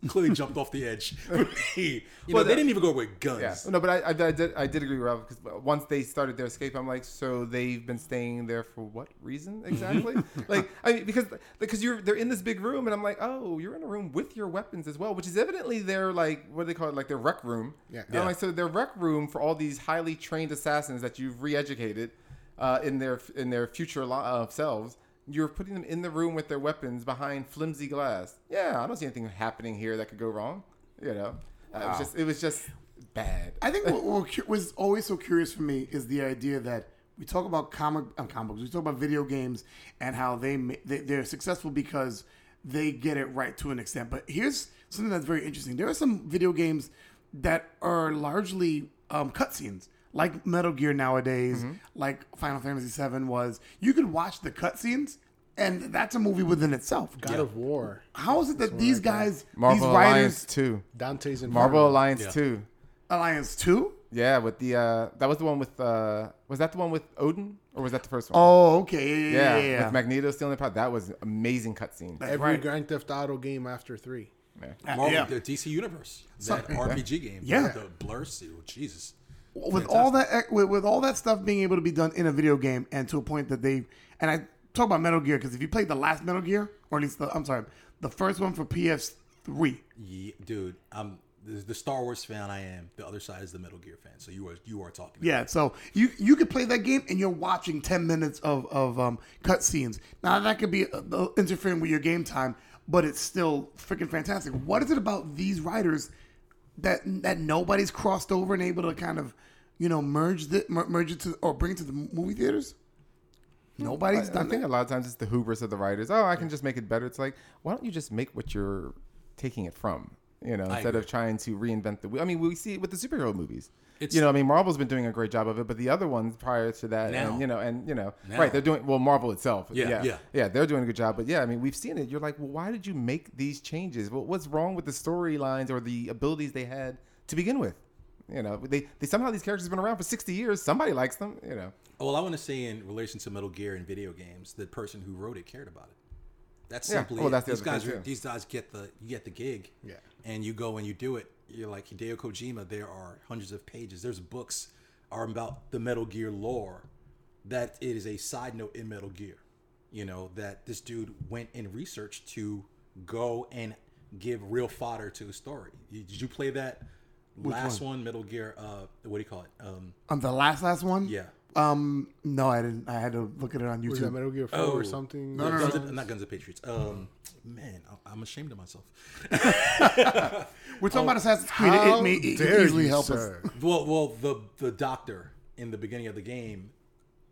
clearly jumped off the edge for me. You
Well,
know, they
that-
didn't even go with guns.
Yeah. No, but I, I, I did I did agree with Ralph because once they started their escape, I'm like, so they've been staying there for what reason
Mm-hmm.
exactly? like, I mean, because because you're they're in this big room, and I'm like, oh, you're in a room with your weapons as well, which is evidently their like what do they call it, like their rec room.
Yeah.
And I'm like, so their rec room for all these highly trained assassins that you've re-educated uh, in their in their future lo- uh, selves. You're putting them in the room with their weapons behind flimsy glass. Yeah, I don't see anything happening here that could go wrong. You know, Uh, it was just it was just bad.
I think what, what cu- was always so curious for me is the idea that we talk about comic uh, comic books, we talk about video games, and how they, ma- they they're successful because they get it right to an extent. But here's something that's very interesting: there are some video games that are largely um, cutscenes, like Metal Gear nowadays,
Mm-hmm.
like Final Fantasy VII was. You could watch the cutscenes, and that's a movie within itself.
God of War,
How is it that these guys,
Marvel
these writers,
Alliance Two.
Dante's Inferno.
Marvel Alliance
Yeah.
Two.
Alliance Two?
Yeah, with the uh, that was the one with uh, was that the one with Odin or was that the first one?
Oh, okay, yeah, yeah,
yeah,
yeah. yeah.
with Magneto stealing the power. That was an amazing cutscene.
That's
Every
right.
Grand Theft Auto game after three.
Marvel,
Yeah.
the DC Universe, that RPG game,
Yeah.
the Blur series. Jesus,
with all that with, with all that stuff being able to be done in a video game and to a point that they and I talk about Metal Gear because if you played the last Metal Gear or at least the, I'm sorry the first one for PS3
yeah, dude, I'm the, the Star Wars fan. I am. The other side is the Metal Gear fan. So you are you are talking.
yeah so you you could play that game and you're watching 10 minutes of of um, cutscenes now that could be uh, uh, interfering with your game time but it's still freaking fantastic what is it about these writers that that nobody's crossed over and able to kind of you know merge the mer- merge it to or bring it to the movie theaters? Nobody's
I
done
think a
that.
lot of times it's the hubris of the writers. Oh, I can just make it better. It's like, why don't you just make what you're taking it from? You know, instead of trying to reinvent the wheel. I mean, we see it with the superhero movies.
It's-
you know, I mean, Marvel's been doing a great job of it, but the other ones prior to that,
Now.
and you know, and you know,
Now.
right? They're doing well. Marvel itself,
Yeah,
yeah,
yeah.
they're doing a good job. But yeah, I mean, we've seen it. You're like, well, why did you make these changes? Well, what's wrong with the storylines or the abilities they had to begin with? You know, they, they somehow these characters have been around for 60 years. Somebody likes them. You know,
Well, I want to say in relation to Metal Gear and video games, the person who wrote it cared about it. That's
Yeah,
simply
well,
it.
that's the
these
other
guys.
thing,
are-
too.
These guys get the you get the gig,
Yeah.
and you go and you do it. You're like Hideo Kojima. There are hundreds of pages. There's books are about the Metal Gear lore. That it is a side note in Metal Gear. You know that this dude went and researched to go and give real fodder to a story. You- Did you play that last one? Metal Gear? Uh, what do you call it? Um,
On the last last one,
yeah.
Um, no, I didn't. I had to look at it on
Was that
YouTube.
Metal Gear Four
Oh.
or something?
No, Guns of- not Guns of Patriots. Um, man, I- I'm ashamed of myself.
We're talking about Assassin's Creed. It, it may it could easily help us.
well, well, the the doctor in the beginning of the game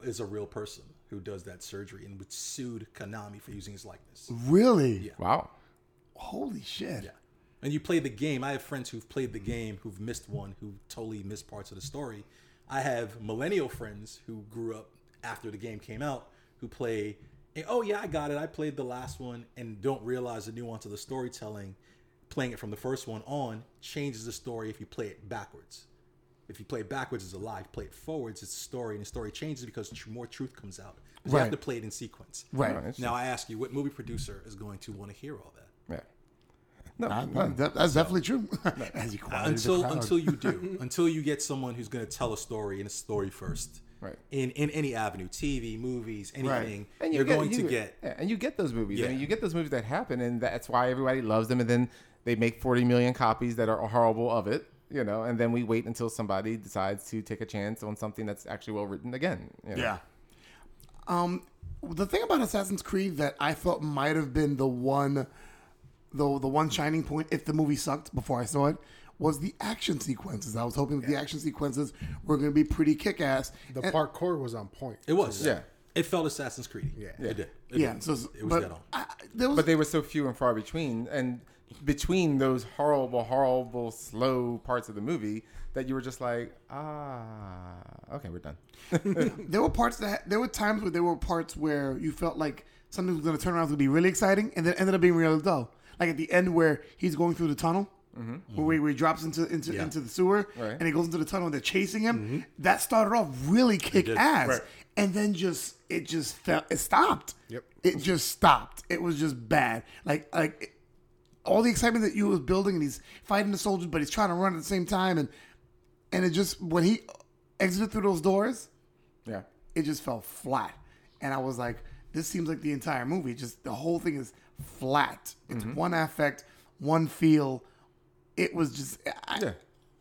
is a real person who does that surgery and would sued Konami for using his likeness.
Really?
wow.
Holy shit!
Yeah. And you play the game. I have friends who've played the game who've missed one, who totally missed parts of the story. I have millennial friends who grew up after the game came out who play, and, oh, yeah, I got it. I played the last one and don't realize the nuance of the storytelling. Playing it from the first one on changes the story if you play it backwards. If you play it backwards, it's a lie. If you play it forwards, it's a story, and the story changes because tr- more truth comes out. 'Cause You have
Right.
to play it in sequence.
Right.
Now, I ask you, what movie producer is going to want to hear all that?
Yeah. No,
I-
none.
that- that's definitely true. As he quieted the
until
crowd.
until you do until you get someone who's going to tell a story and a story first
Right.
in in any avenue tv movies anything
And you
you're
get-
going
you-
to get
yeah, and you get those movies. I
Yeah.
mean, you get those movies that happen, and that's why everybody loves them. And then they make forty million copies that are horrible of it, you know. And then we wait until somebody decides to take a chance on something that's actually well written again. you know.
Yeah. Um, the thing about Assassin's Creed that I felt might have been the one, the the one shining point, if the movie sucked before I saw it, was the action sequences. I was hoping that the action sequences were going to be pretty kick ass.
The parkour was on point.
it was
Yeah.
it felt assassin's creed
Yeah.
it did It
Yeah,
did.
so
it was
but
dead on
I, there was
But they were so few and far between, and between those horrible, horrible, slow parts of the movie, that you were just like, ah, okay, we're done.
there were parts that there were times where there were parts where you felt like something was going to turn around to be really exciting, and then ended up being really dull. Like at the end where he's going through the tunnel, where, he- where he drops into into, into the sewer, and he goes into the tunnel and they're chasing him. That started off really kick ass, and then just it just felt it stopped.
Yep.
it just stopped. It was just bad. Like like it- all the excitement that you was building, and he's fighting the soldiers, but he's trying to run at the same time, and and it just when he exited through those doors
Yeah.
it just fell flat. And I was like, this seems like the entire movie. Just the whole thing is flat. It's one affect, one feel. It was just, I,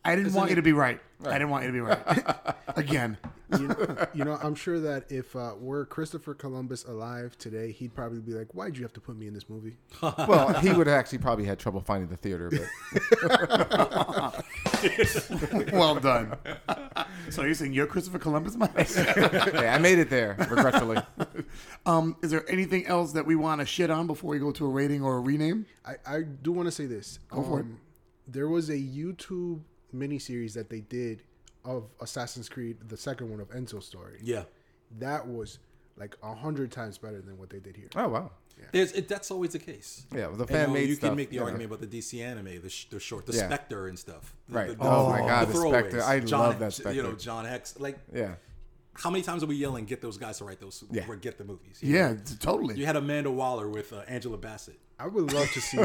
I didn't want you to be right. I didn't want you to be right. Again.
you know, I'm sure that if uh, were Christopher Columbus alive today, he'd probably be like, "Why'd you have to put me in this movie?"
Well, he would have actually probably had trouble finding the theater, but.
well done. so you're saying you're Christopher Columbus, Mike?
hey, I made it there, regretfully.
um, is there anything else that we want to shit on before we go to a rating or a rename?
I, I do want to say this. Um,
Go for it.
There was a YouTube miniseries that they did of Assassin's Creed, the second one of Enzo's story.
yeah
That was like a hundred times better than what they did here.
Oh wow.
there's it, that's always the case
Yeah, well, the
And, you know,
fan-made
you
stuff,
can make the
you know.
argument about the dc anime the, sh- the short the
Yeah.
spectre and stuff The-
Right.
the- the-
Oh my God, the
throwaways.
Spectre. I
John,
love that
you know
Spectre.
john x like
Yeah.
how many times are we yelling get those guys to write those
Yeah.
or get the movies you
Yeah,
know?
t- totally.
you had amanda waller with uh, angela bassett
I would love to see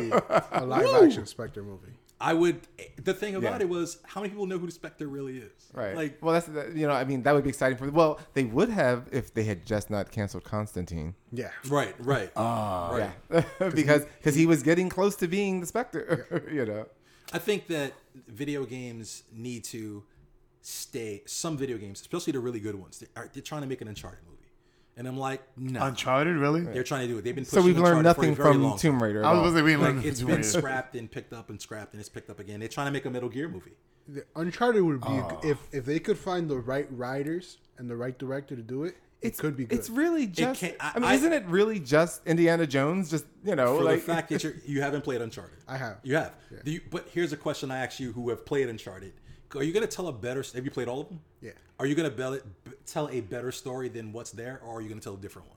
a live action Spectre movie.
I would. The thing about
Yeah.
it was, how many people know who the Spectre really is?
Right.
Like,
well, that's the- you know, I mean, that would be exciting for. Well, they would have if they had just not canceled Constantine.
Yeah.
right, right,
uh,
right.
Yeah, because because he was getting close to being the Spectre. you know.
I think that video games need to stay. Some video games, especially the really good ones, they are, they're trying to make an Uncharted movie, And I'm like, no.
Uncharted, really?
They're trying to do it. They've been
So
pushing
we've learned
Uncharted for
nothing
a very
from
long
Tomb
time.
Raider. at
I was
all.
gonna say we
Like it's been
learned.
scrapped and picked up and scrapped and it's picked up again. They're trying to make a Metal Gear movie.
The Uncharted would be a g- if if they could find the right writers and the right director to do it. It could be good.
It's really just.
can't- I-
I, mean,
I-
isn't it really just Indiana Jones? Just you know,
For
like
the fact that you're, you haven't played Uncharted,
I have.
You have. Do you, but here's a question I ask you: Who have played Uncharted? Are you going to tell a better? Have you played all of them?
Yeah.
Are you going to bell b tell a better story than what's there, or are you going to tell a different one?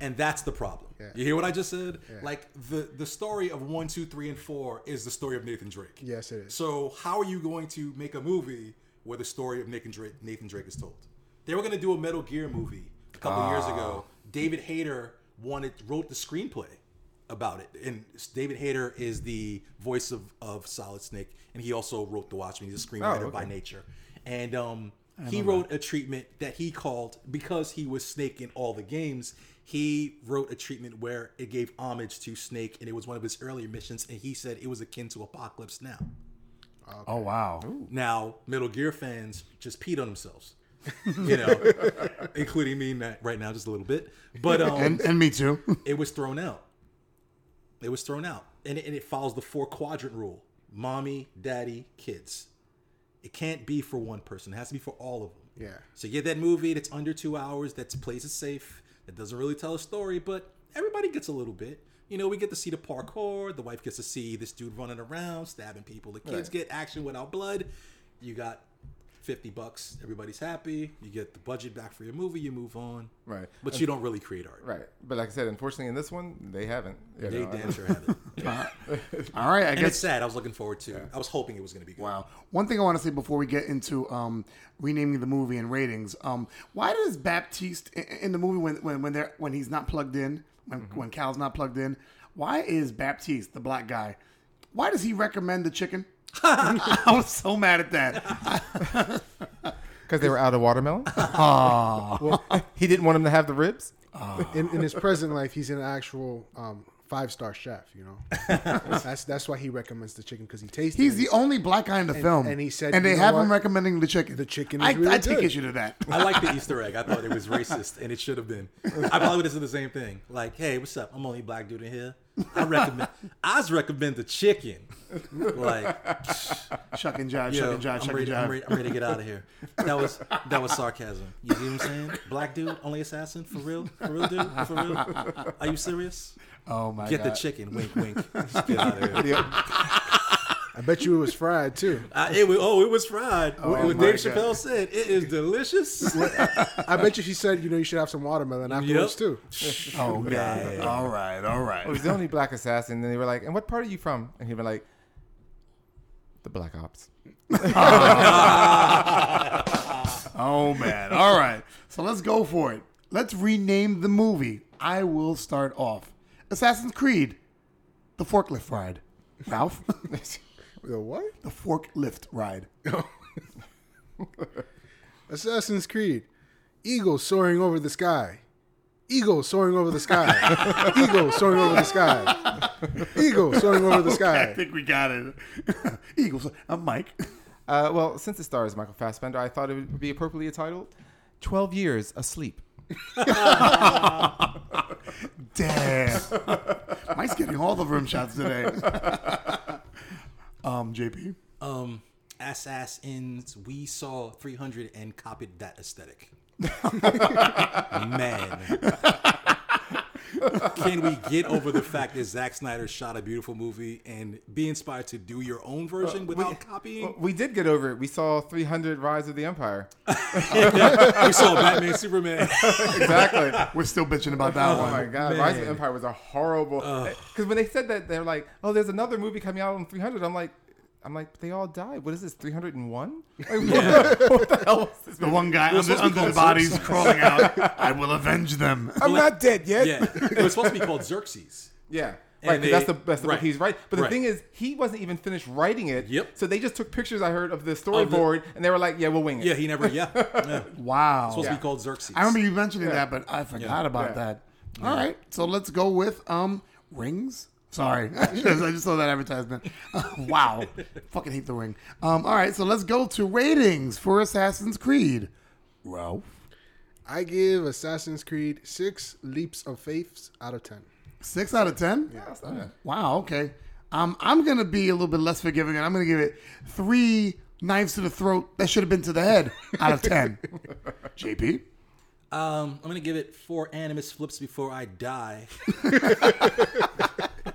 And that's the problem.
Yeah.
You hear what I just said? Like the the story of one, two, three, and four is the story of Nathan Drake.
Yes, it is.
So how are you going to make a movie where the story of Nathan Drake, Nathan Drake is told? They were going to do a Metal Gear movie a couple years ago. David Hayter wanted wrote the screenplay about it, and David Hayter is the voice of, of Solid Snake, and he also wrote The Watchmen. He's a screenwriter
okay.
by nature, and um, he wrote a treatment that he called because he was Snake in all the games. He wrote a treatment where it gave homage to Snake, and it was one of his earlier missions, and he said it was akin to Apocalypse Now.
Oh wow.
Now, Metal Gear fans just peed on themselves, you know, including me na- right now, just a little bit. But um,
And and me too.
it was thrown out. It was thrown out, and it, and it follows the four quadrant rule: mommy, daddy, kids. It can't be for one person; it has to be for all of them.
Yeah.
So you get that movie that's under two hours, that plays it safe, that doesn't really tell a story, but everybody gets a little bit. You know, we get to see the parkour. The wife gets to see this dude running around, stabbing people. The kids get action without blood. You got fifty bucks. Everybody's happy. You get the budget back for your movie. You move on.
Right.
But you don't really create art.
right. But like I said, unfortunately, in this one, they haven't. you
They
know.
damn sure have it.
All right, I
And it's
guess.
sad. I was looking forward to. it. I was hoping it was going to be good.
Wow. One thing I want to say before we get into um, renaming the movie and ratings, um, why does Baptiste i- i- in the movie when when when, they're, when he's not plugged in, when
Mm-hmm.
when Cal's not plugged in, why is Baptiste the black guy? Why does he recommend the chicken? I was so mad at that.
Because they were out of watermelon. he didn't want him to have the ribs.
in, in his present life, he's an actual um, five star chef. You know, that's that's why he recommends the chicken because he tastes.
He's
it.
the only black guy in the film,
and he said,
and they
"You know
have
what?
him recommending the chicken.
The chicken is
I,
really
I take
good."
issue to that.
I like the Easter egg. I thought it was racist, and it should have been. I probably would have said the same thing. Like, hey, what's up? I'm only black dude in here. I recommend. I's recommend the chicken. Like,
Shuck and jive, shuck
yo,
and jive,
I'm,
shuck and
ready, I'm,
jive.
ready, I'm ready to get out of here. That was that was sarcasm. You see what I'm saying? Black dude, only assassin for real, for real, dude, for real. Are you serious?
Oh my
Get
god!
the chicken. Wink, wink. Just get out of here.
I bet you it was fried too.
I, it was, oh, it was fried. what what
my
Dave Chappelle said, it is delicious.
I bet you she said, you know, you should have some watermelon afterwards too.
oh god! All right, all right.
It was the only black assassin. And they were like, "And what part are you from?" And he was like, "The Black Ops."
Oh man. All right. So let's go for it. Let's rename the movie. I will start off. Assassin's Creed. The forklift ride. Ralph.
The what?
the forklift ride.
Assassin's Creed. Eagle soaring over the sky. Eagle soaring over the sky. Eagle soaring over the sky. Eagle soaring over the
I
sky.
think we got it. Eagles. I'm Mike.
Uh, well, since it stars Michael Fassbender, I thought it would be appropriately titled "12 Years Asleep."
Damn. Mike's getting all the room shots today. um, JP.
um assassins we saw 300 and copied that aesthetic man can we get over the fact that Zack Snyder shot a beautiful movie and be inspired to do your own version without
Well,
copying?
we did get over it. We saw 300 Rise of the Empire.
we saw Batman, Superman.
Exactly.
We're still bitching about that
Oh
one.
my god, Rise of the Empire was a horrible. Because when they said that, they're like, "Oh, there's another movie coming out on 300." I'm like, I'm like, they all died. What is this? 301? Like, what, the, what the hell was this?
The one guy under,
supposed to be
under the
called
bodies crawling out. I will avenge them.
I'm not dead yet.
yeah, it was supposed to be called Xerxes.
Yeah.
And
Right, 'cause
they-
that's the that's the
right.
book he's right. But the
Right.
thing is, he wasn't even finished writing it.
Yep.
So they just took pictures. I heard of the
the-
storyboard, and they were like, "Yeah, we'll wing it."
Yeah, he never. Yeah, yeah. supposed
Wow.
to be called Xerxes.
I remember you mentioning that, but I forgot about
Yeah.
that. All right, so let's go with um rings. Sorry, I just saw that advertisement. wow, fucking hate the ring. Um, all right, so let's go to ratings for Assassin's Creed. Ralph,
I give Assassin's Creed six leaps of faiths out of ten.
Six out of ten.
That's uh, not bad.
Wow. Okay. Um, I'm gonna be a little bit less forgiving, and I'm gonna give it three knives to the throat that should have been to the head out of ten. JP.
Um, I'm gonna give it four animus flips before I die,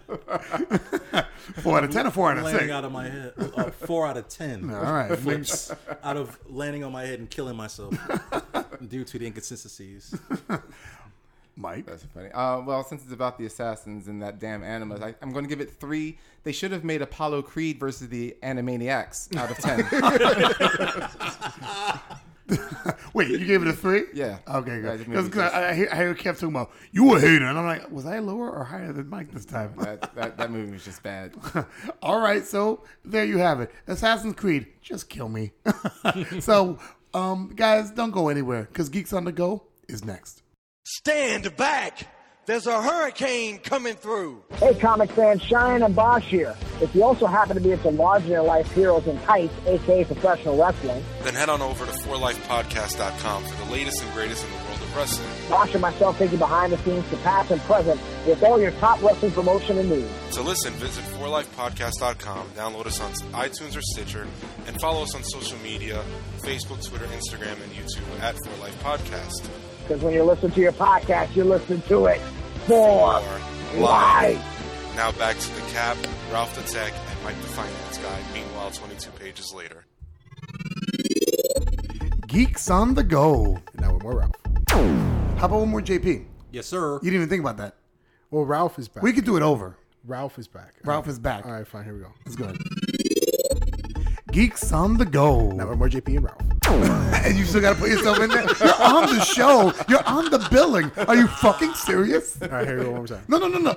Four out of ten or four out of
landing
six.
out of my head. Uh, four out of ten.
All right.
Flips out of landing on my head and killing myself due to the inconsistencies.
Mike.
That's funny. Uh, well, since it's about the assassins and that damn animus, I, I'm going to give it three. They should have made Apollo Creed versus the Animaniacs out of ten.
Wait, you gave it a three?
Yeah.
Okay,
Yeah,
good.
just made me
Because I, I, hear- I hear Kev talking about you were hater, and I'm like, was I lower or higher than Mike this time?
that, that, that movie was just bad.
All right, so there you have it. Assassin's Creed, just kill me. so, um, guys, don't go anywhere because Geeks on the Go is next.
Stand back! There's a hurricane coming through!
Hey, comic fans, Cheyenne and Bosch here. If you also happen to be at the larger than life heroes in tights, aka professional wrestling,
Then head on over to forlifepodcast.com for the latest and greatest in the world of wrestling.
Bosch and myself take you behind the scenes to past and present with all your top wrestling promotion and news.
To listen, visit forlifepodcast.com, download us on iTunes or Stitcher, and follow us on social media Facebook, Twitter, Instagram, and YouTube at For Life Podcast.
Because when you're listening to your podcast, you're listening to it for
For
life.
Now back to the cap, Ralph the Tech, and Mike the Finance Guy. Meanwhile, 22 pages later.
Geeks on the Go.
And now with more Ralph.
How about one more JP? You
Yes, sir.
didn't even think about that.
Well, Ralph is back.
We could do it over.
Ralph is back.
Ralph is back.
All right, fine. Here we go.
Let's go. ahead. Geeks on the
Now
Go.
with more JP and Ralph.
And you still got to put yourself in there. You're on the show. You're on the billing. Are you fucking serious?
All right, here we go one more time.
No, no, no, no.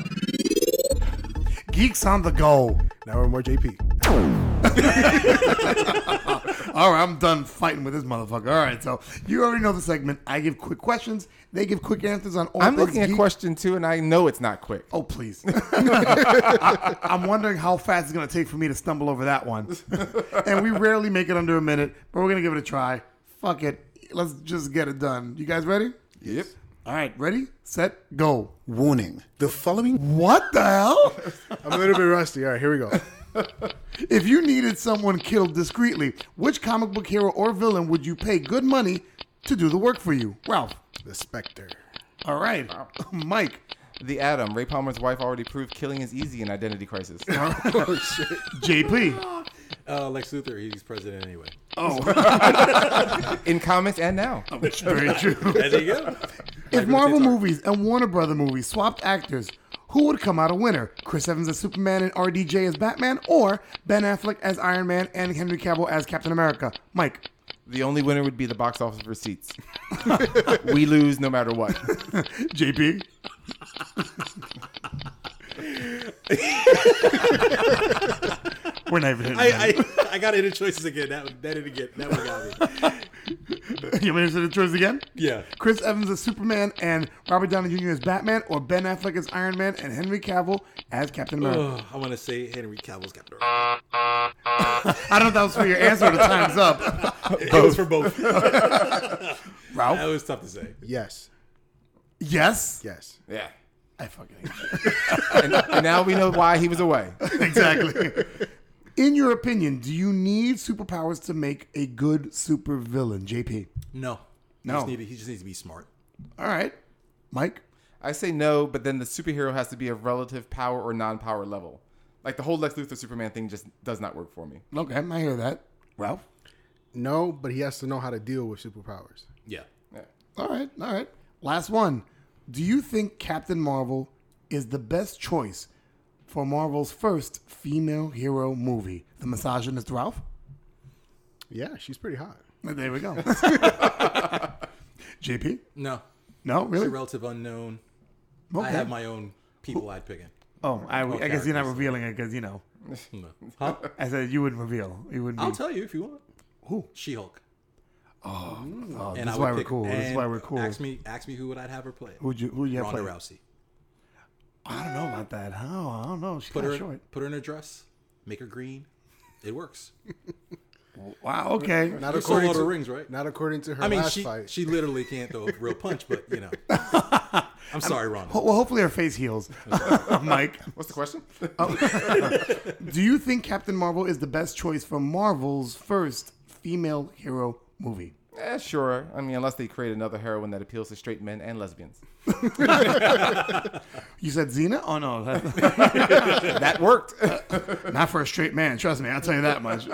Geeks on the Go.
Now with more JP.
All right, I'm done fighting with this motherfucker. All right, so you already know the segment. I give quick questions. They give quick answers on all
I'm
things
looking at
geek.
question two, and I know it's not quick.
Oh, please. I, am wondering how fast it's going to take for me to stumble over that one. and we rarely make it under a minute, but we're going to give it a try. Fuck it. Let's just get it done. You guys ready?
Yep.
All right, ready, set, go.
Warning the following
What the hell?
I'm a little bit rusty. All right, here we go.
if you needed someone killed discreetly, which comic book hero or villain would you pay good money to do the work for you? Ralph.
The Spectre.
All right. Mike.
The Atom. Ray Palmer's wife already proved killing is easy in Identity Crisis.
Oh shit.
JP.
Uh, Lex Luthor, he's president anyway.
in comics and now.
Very true.
There you go.
If Marvel movies and Warner Brother movies swapped actors, who would come out a winner? Chris Evans as Superman and RDJ as Batman, or Ben Affleck as Iron Man and Henry Cavill as Captain America? Mike.
The only winner would be the box office receipts. we lose no matter what.
JP. We're not even hitting
I, I, I got into choices again. That one- that did again. That one got me.
that. You want me to say the choice again?
Yeah.
Chris Evans as Superman and Robert Downey Jr. as Batman, or Ben Affleck as Iron Man and Henry Cavill as Captain America?
Oh, I want to say Henry Cavill's got the
Uh, I don't know if that was for your answer or the time's up.
It was for both. that
Ralph?
was tough to say.
Yes.
Yes.
Yes.
Yeah.
I fucking hate
And, and now we know why he was away.
you. Exactly. In your opinion, do you need superpowers to make a good supervillain, JP?
No.
No.
He just, need to, he just needs to be smart.
All right. Mike?
I say no, but then the superhero has to be of relative power or non power level. Like the whole Lex Luthor Superman thing just does not work for me.
Okay, I hear that. Ralph?
No, but he has to know how to deal with superpowers.
Yeah.
All right. All right. Last one. Do you think Captain Marvel is the best choice for Marvel's first female hero movie? The misogynist Ralph?
Yeah, she's pretty hot.
There we go. JP?
No.
No,
It's
really?
a relative unknown.
Okay.
I have my own people I'd pick in.
oh, I, I guess you're not
characters.
revealing it because, you know,
No. Huh?
I said you wouldn't reveal. You wouldn't
I'll
be-
tell you if you want.
Who?
She Hulk.
Oh,
And
this
I
is
would
why we're
pick-
cool. This is
and
why we're cool.
Ask me, ask me who would I'd have her play.
who'd you who you have
Ronda
played?
Rousey.
I don't know about that. How I don't know. She's
Put
kinda
her,
short.
put her in a dress. Make her green. It works.
Wow. Okay.
Not
You saw
according
Lord
to
of the Rings, right?
Not according to her
I mean,
last
she
fight.
she literally can't throw a real punch, but you know. I'm sorry, Ron.
Ho- Well, hopefully her face heals. Mike,
What's the question?
do you think Captain Marvel is the best choice for Marvel's first female hero movie?
Eh, sure. I mean, unless they create another heroine that appeals to straight men and lesbians.
You said Xena? Oh no, that's
that worked.
Uh, not for a straight man. Trust me, I'll tell you that much.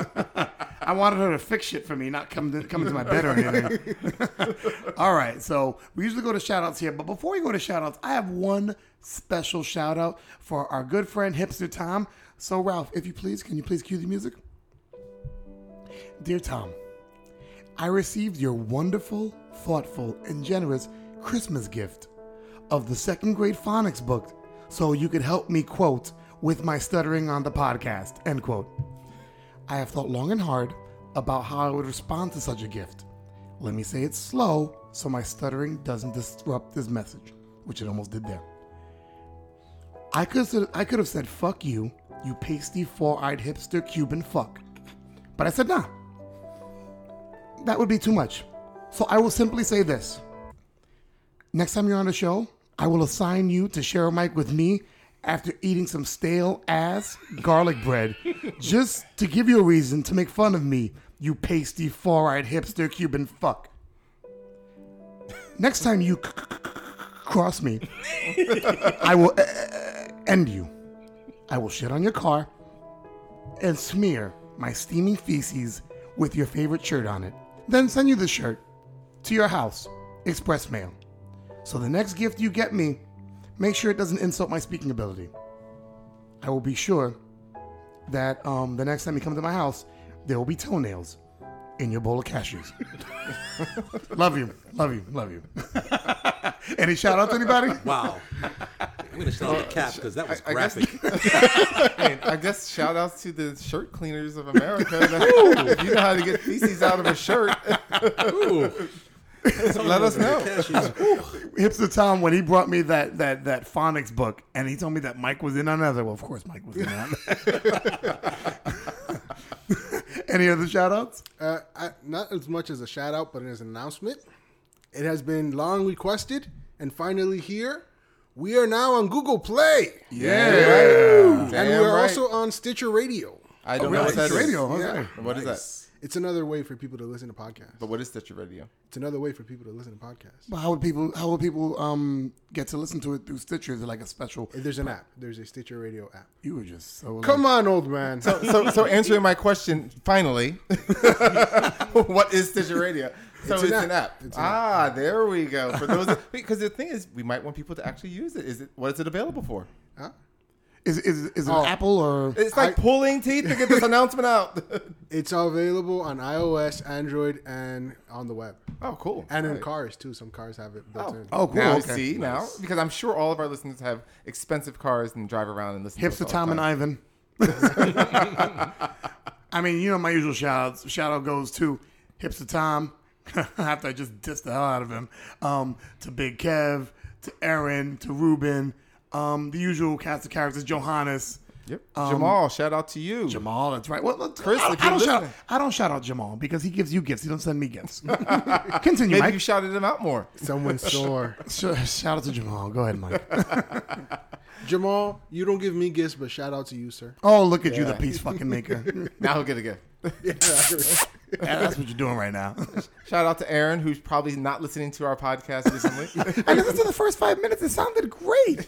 I wanted her to fix shit for me, not come to, come into my bed or anything. All right, so we usually go to shout outs here, but before we go to shout outs, I have one special shout out for our good friend Hipster Tom. So, Ralph, if you please, can you please cue the music? Dear Tom, I received your wonderful, thoughtful, and generous Christmas gift of the second grade phonics book so you could help me quote with my stuttering on the podcast. End quote. I have thought long and hard about how I would respond to such a gift. Let me say it slow so my stuttering doesn't disrupt this message, which it almost did there. I could I could have said fuck you, you pasty four-eyed hipster Cuban fuck. But I said nah. That would be too much. So I will simply say this. Next time you're on the show, I will assign you to share a mic with me after eating some stale ass garlic bread, just to give you a reason to make fun of me, you pasty, four eyed hipster Cuban fuck. Next time you c- c- c- cross me, I will uh, uh, end you. I will shit on your car and smear my steaming feces with your favorite shirt on it. Then send you the shirt to your house, express mail. So the next gift you get me, make sure it doesn't insult my speaking ability. I will be sure that um, the next time you come to my house, there will be toenails in your bowl of cashews. love you, love you, love you. Any shout out to anybody?
Wow. I'm gonna shout
Oh,
out the cap because that was
I guess-
graphic.
I, mean, I guess shout outs to the shirt cleaners of America. if you know how to get feces out of a shirt,
Ooh.
let us know.
Hipster Tom, when he brought me that that that phonics book, and he told me that Mike was in another. Well, of course, Mike was in another. Any other shout outs?
Uh, I, not as much as a shout out, but as an announcement. It has been long requested and finally here. We are now on Google Play.
Yeah, right.
And we
Damn
are
right.
also on Stitcher Radio.
I don't know what that
It's
is.
radio. huh?
Yeah.
What is that?
It's another way for people to listen to podcasts.
But what is Stitcher Radio?
It's another way for people to listen to podcasts.
But how would people how would people um get to listen to it through Stitcher? Is it like a special?
There's an app. There's a Stitcher Radio app.
You were just so
Come on, old man.
So, so answering my question finally, what is Stitcher Radio? So it's,
an
an
app.
app.
It's an
ah, there we go. For those, because the thing is, we might want people to actually use it. Is it what is it available for?
Uh,
Huh?
Is is is it
Oh.
Apple or
It's like pulling teeth to get this announcement out.
It's available on iOS, Android, and on the web.
oh, cool.
And in
Right.
cars, too. Some cars have it built in.
Oh, cool.
Now,
okay.
see, now, because I'm sure all of our listeners have expensive cars and drive around and listen to us
Hipster
all the
Tom and
time.
Ivan? I mean, you know my usual shout outs. Shout out goes to Hipster Tom after I just dissed the hell out of him. Um, to Big Kev, to Aaron, to Ruben, um, the usual cast of characters, Johannes.
Yep.
Um,
Jamal, shout out to you.
Jamal, that's right. Well, look,
Chris,
I,
if
I
you're
don't shout out,
listening.
I don't shout out Jamal because he gives you gifts. He don't send me gifts. Continue,
Maybe
Mike.
you shouted him out more.
Someone sore.
Sh- shout out to Jamal. Go ahead, Mike.
Jamal, you don't give me gifts, but shout out to you, sir.
Oh, look at you, the peace fucking maker.
Now he'll get a gift.
Yeah, that's what you're doing right now.
Shout out to Aaron, who's probably not listening to our podcast recently.
I listened to the first five minutes. It sounded great.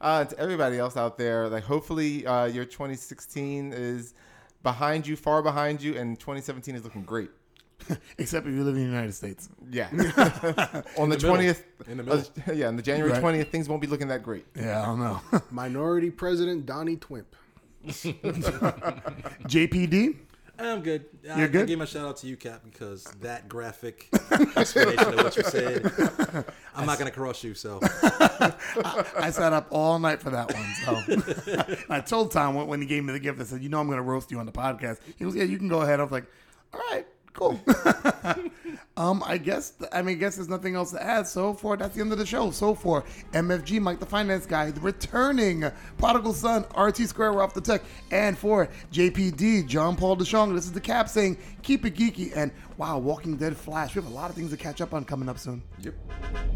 uh, to everybody else out there, like hopefully uh, your 2016 is behind you, far behind you, and 2017 is looking great.
Except if you live in the United States.
Yeah. on the
middle.
twentieth, uh,
In the middle.
yeah, on the January
Right.
twentieth, things won't be looking that great.
Yeah, I don't know.
Minority President Donnie Twimp.
JPD?
I'm good. I,
You're good?
I gave my shout out to you, Cap, because that graphic explanation of what you said, I'm not gonna cross you. So
I sat up all night for that one. So I told Tom when, when he gave me the gift, I said, You know, I'm going to roast you on the podcast. He goes, Yeah, you can go ahead. I was like, All right, Cool. um, I guess I mean, I guess there's nothing else to add. So far, that's the end of the show. So far, MFG, Mike the Finance Guy, the returning Prodigal Son, RT Square, Ralph the Tech, and for JPD, John Paul DeShong. This is the Cap saying, "Keep it geeky." And wow, Walking Dead Flash. We have a lot of things to catch up on coming up soon.
Yep.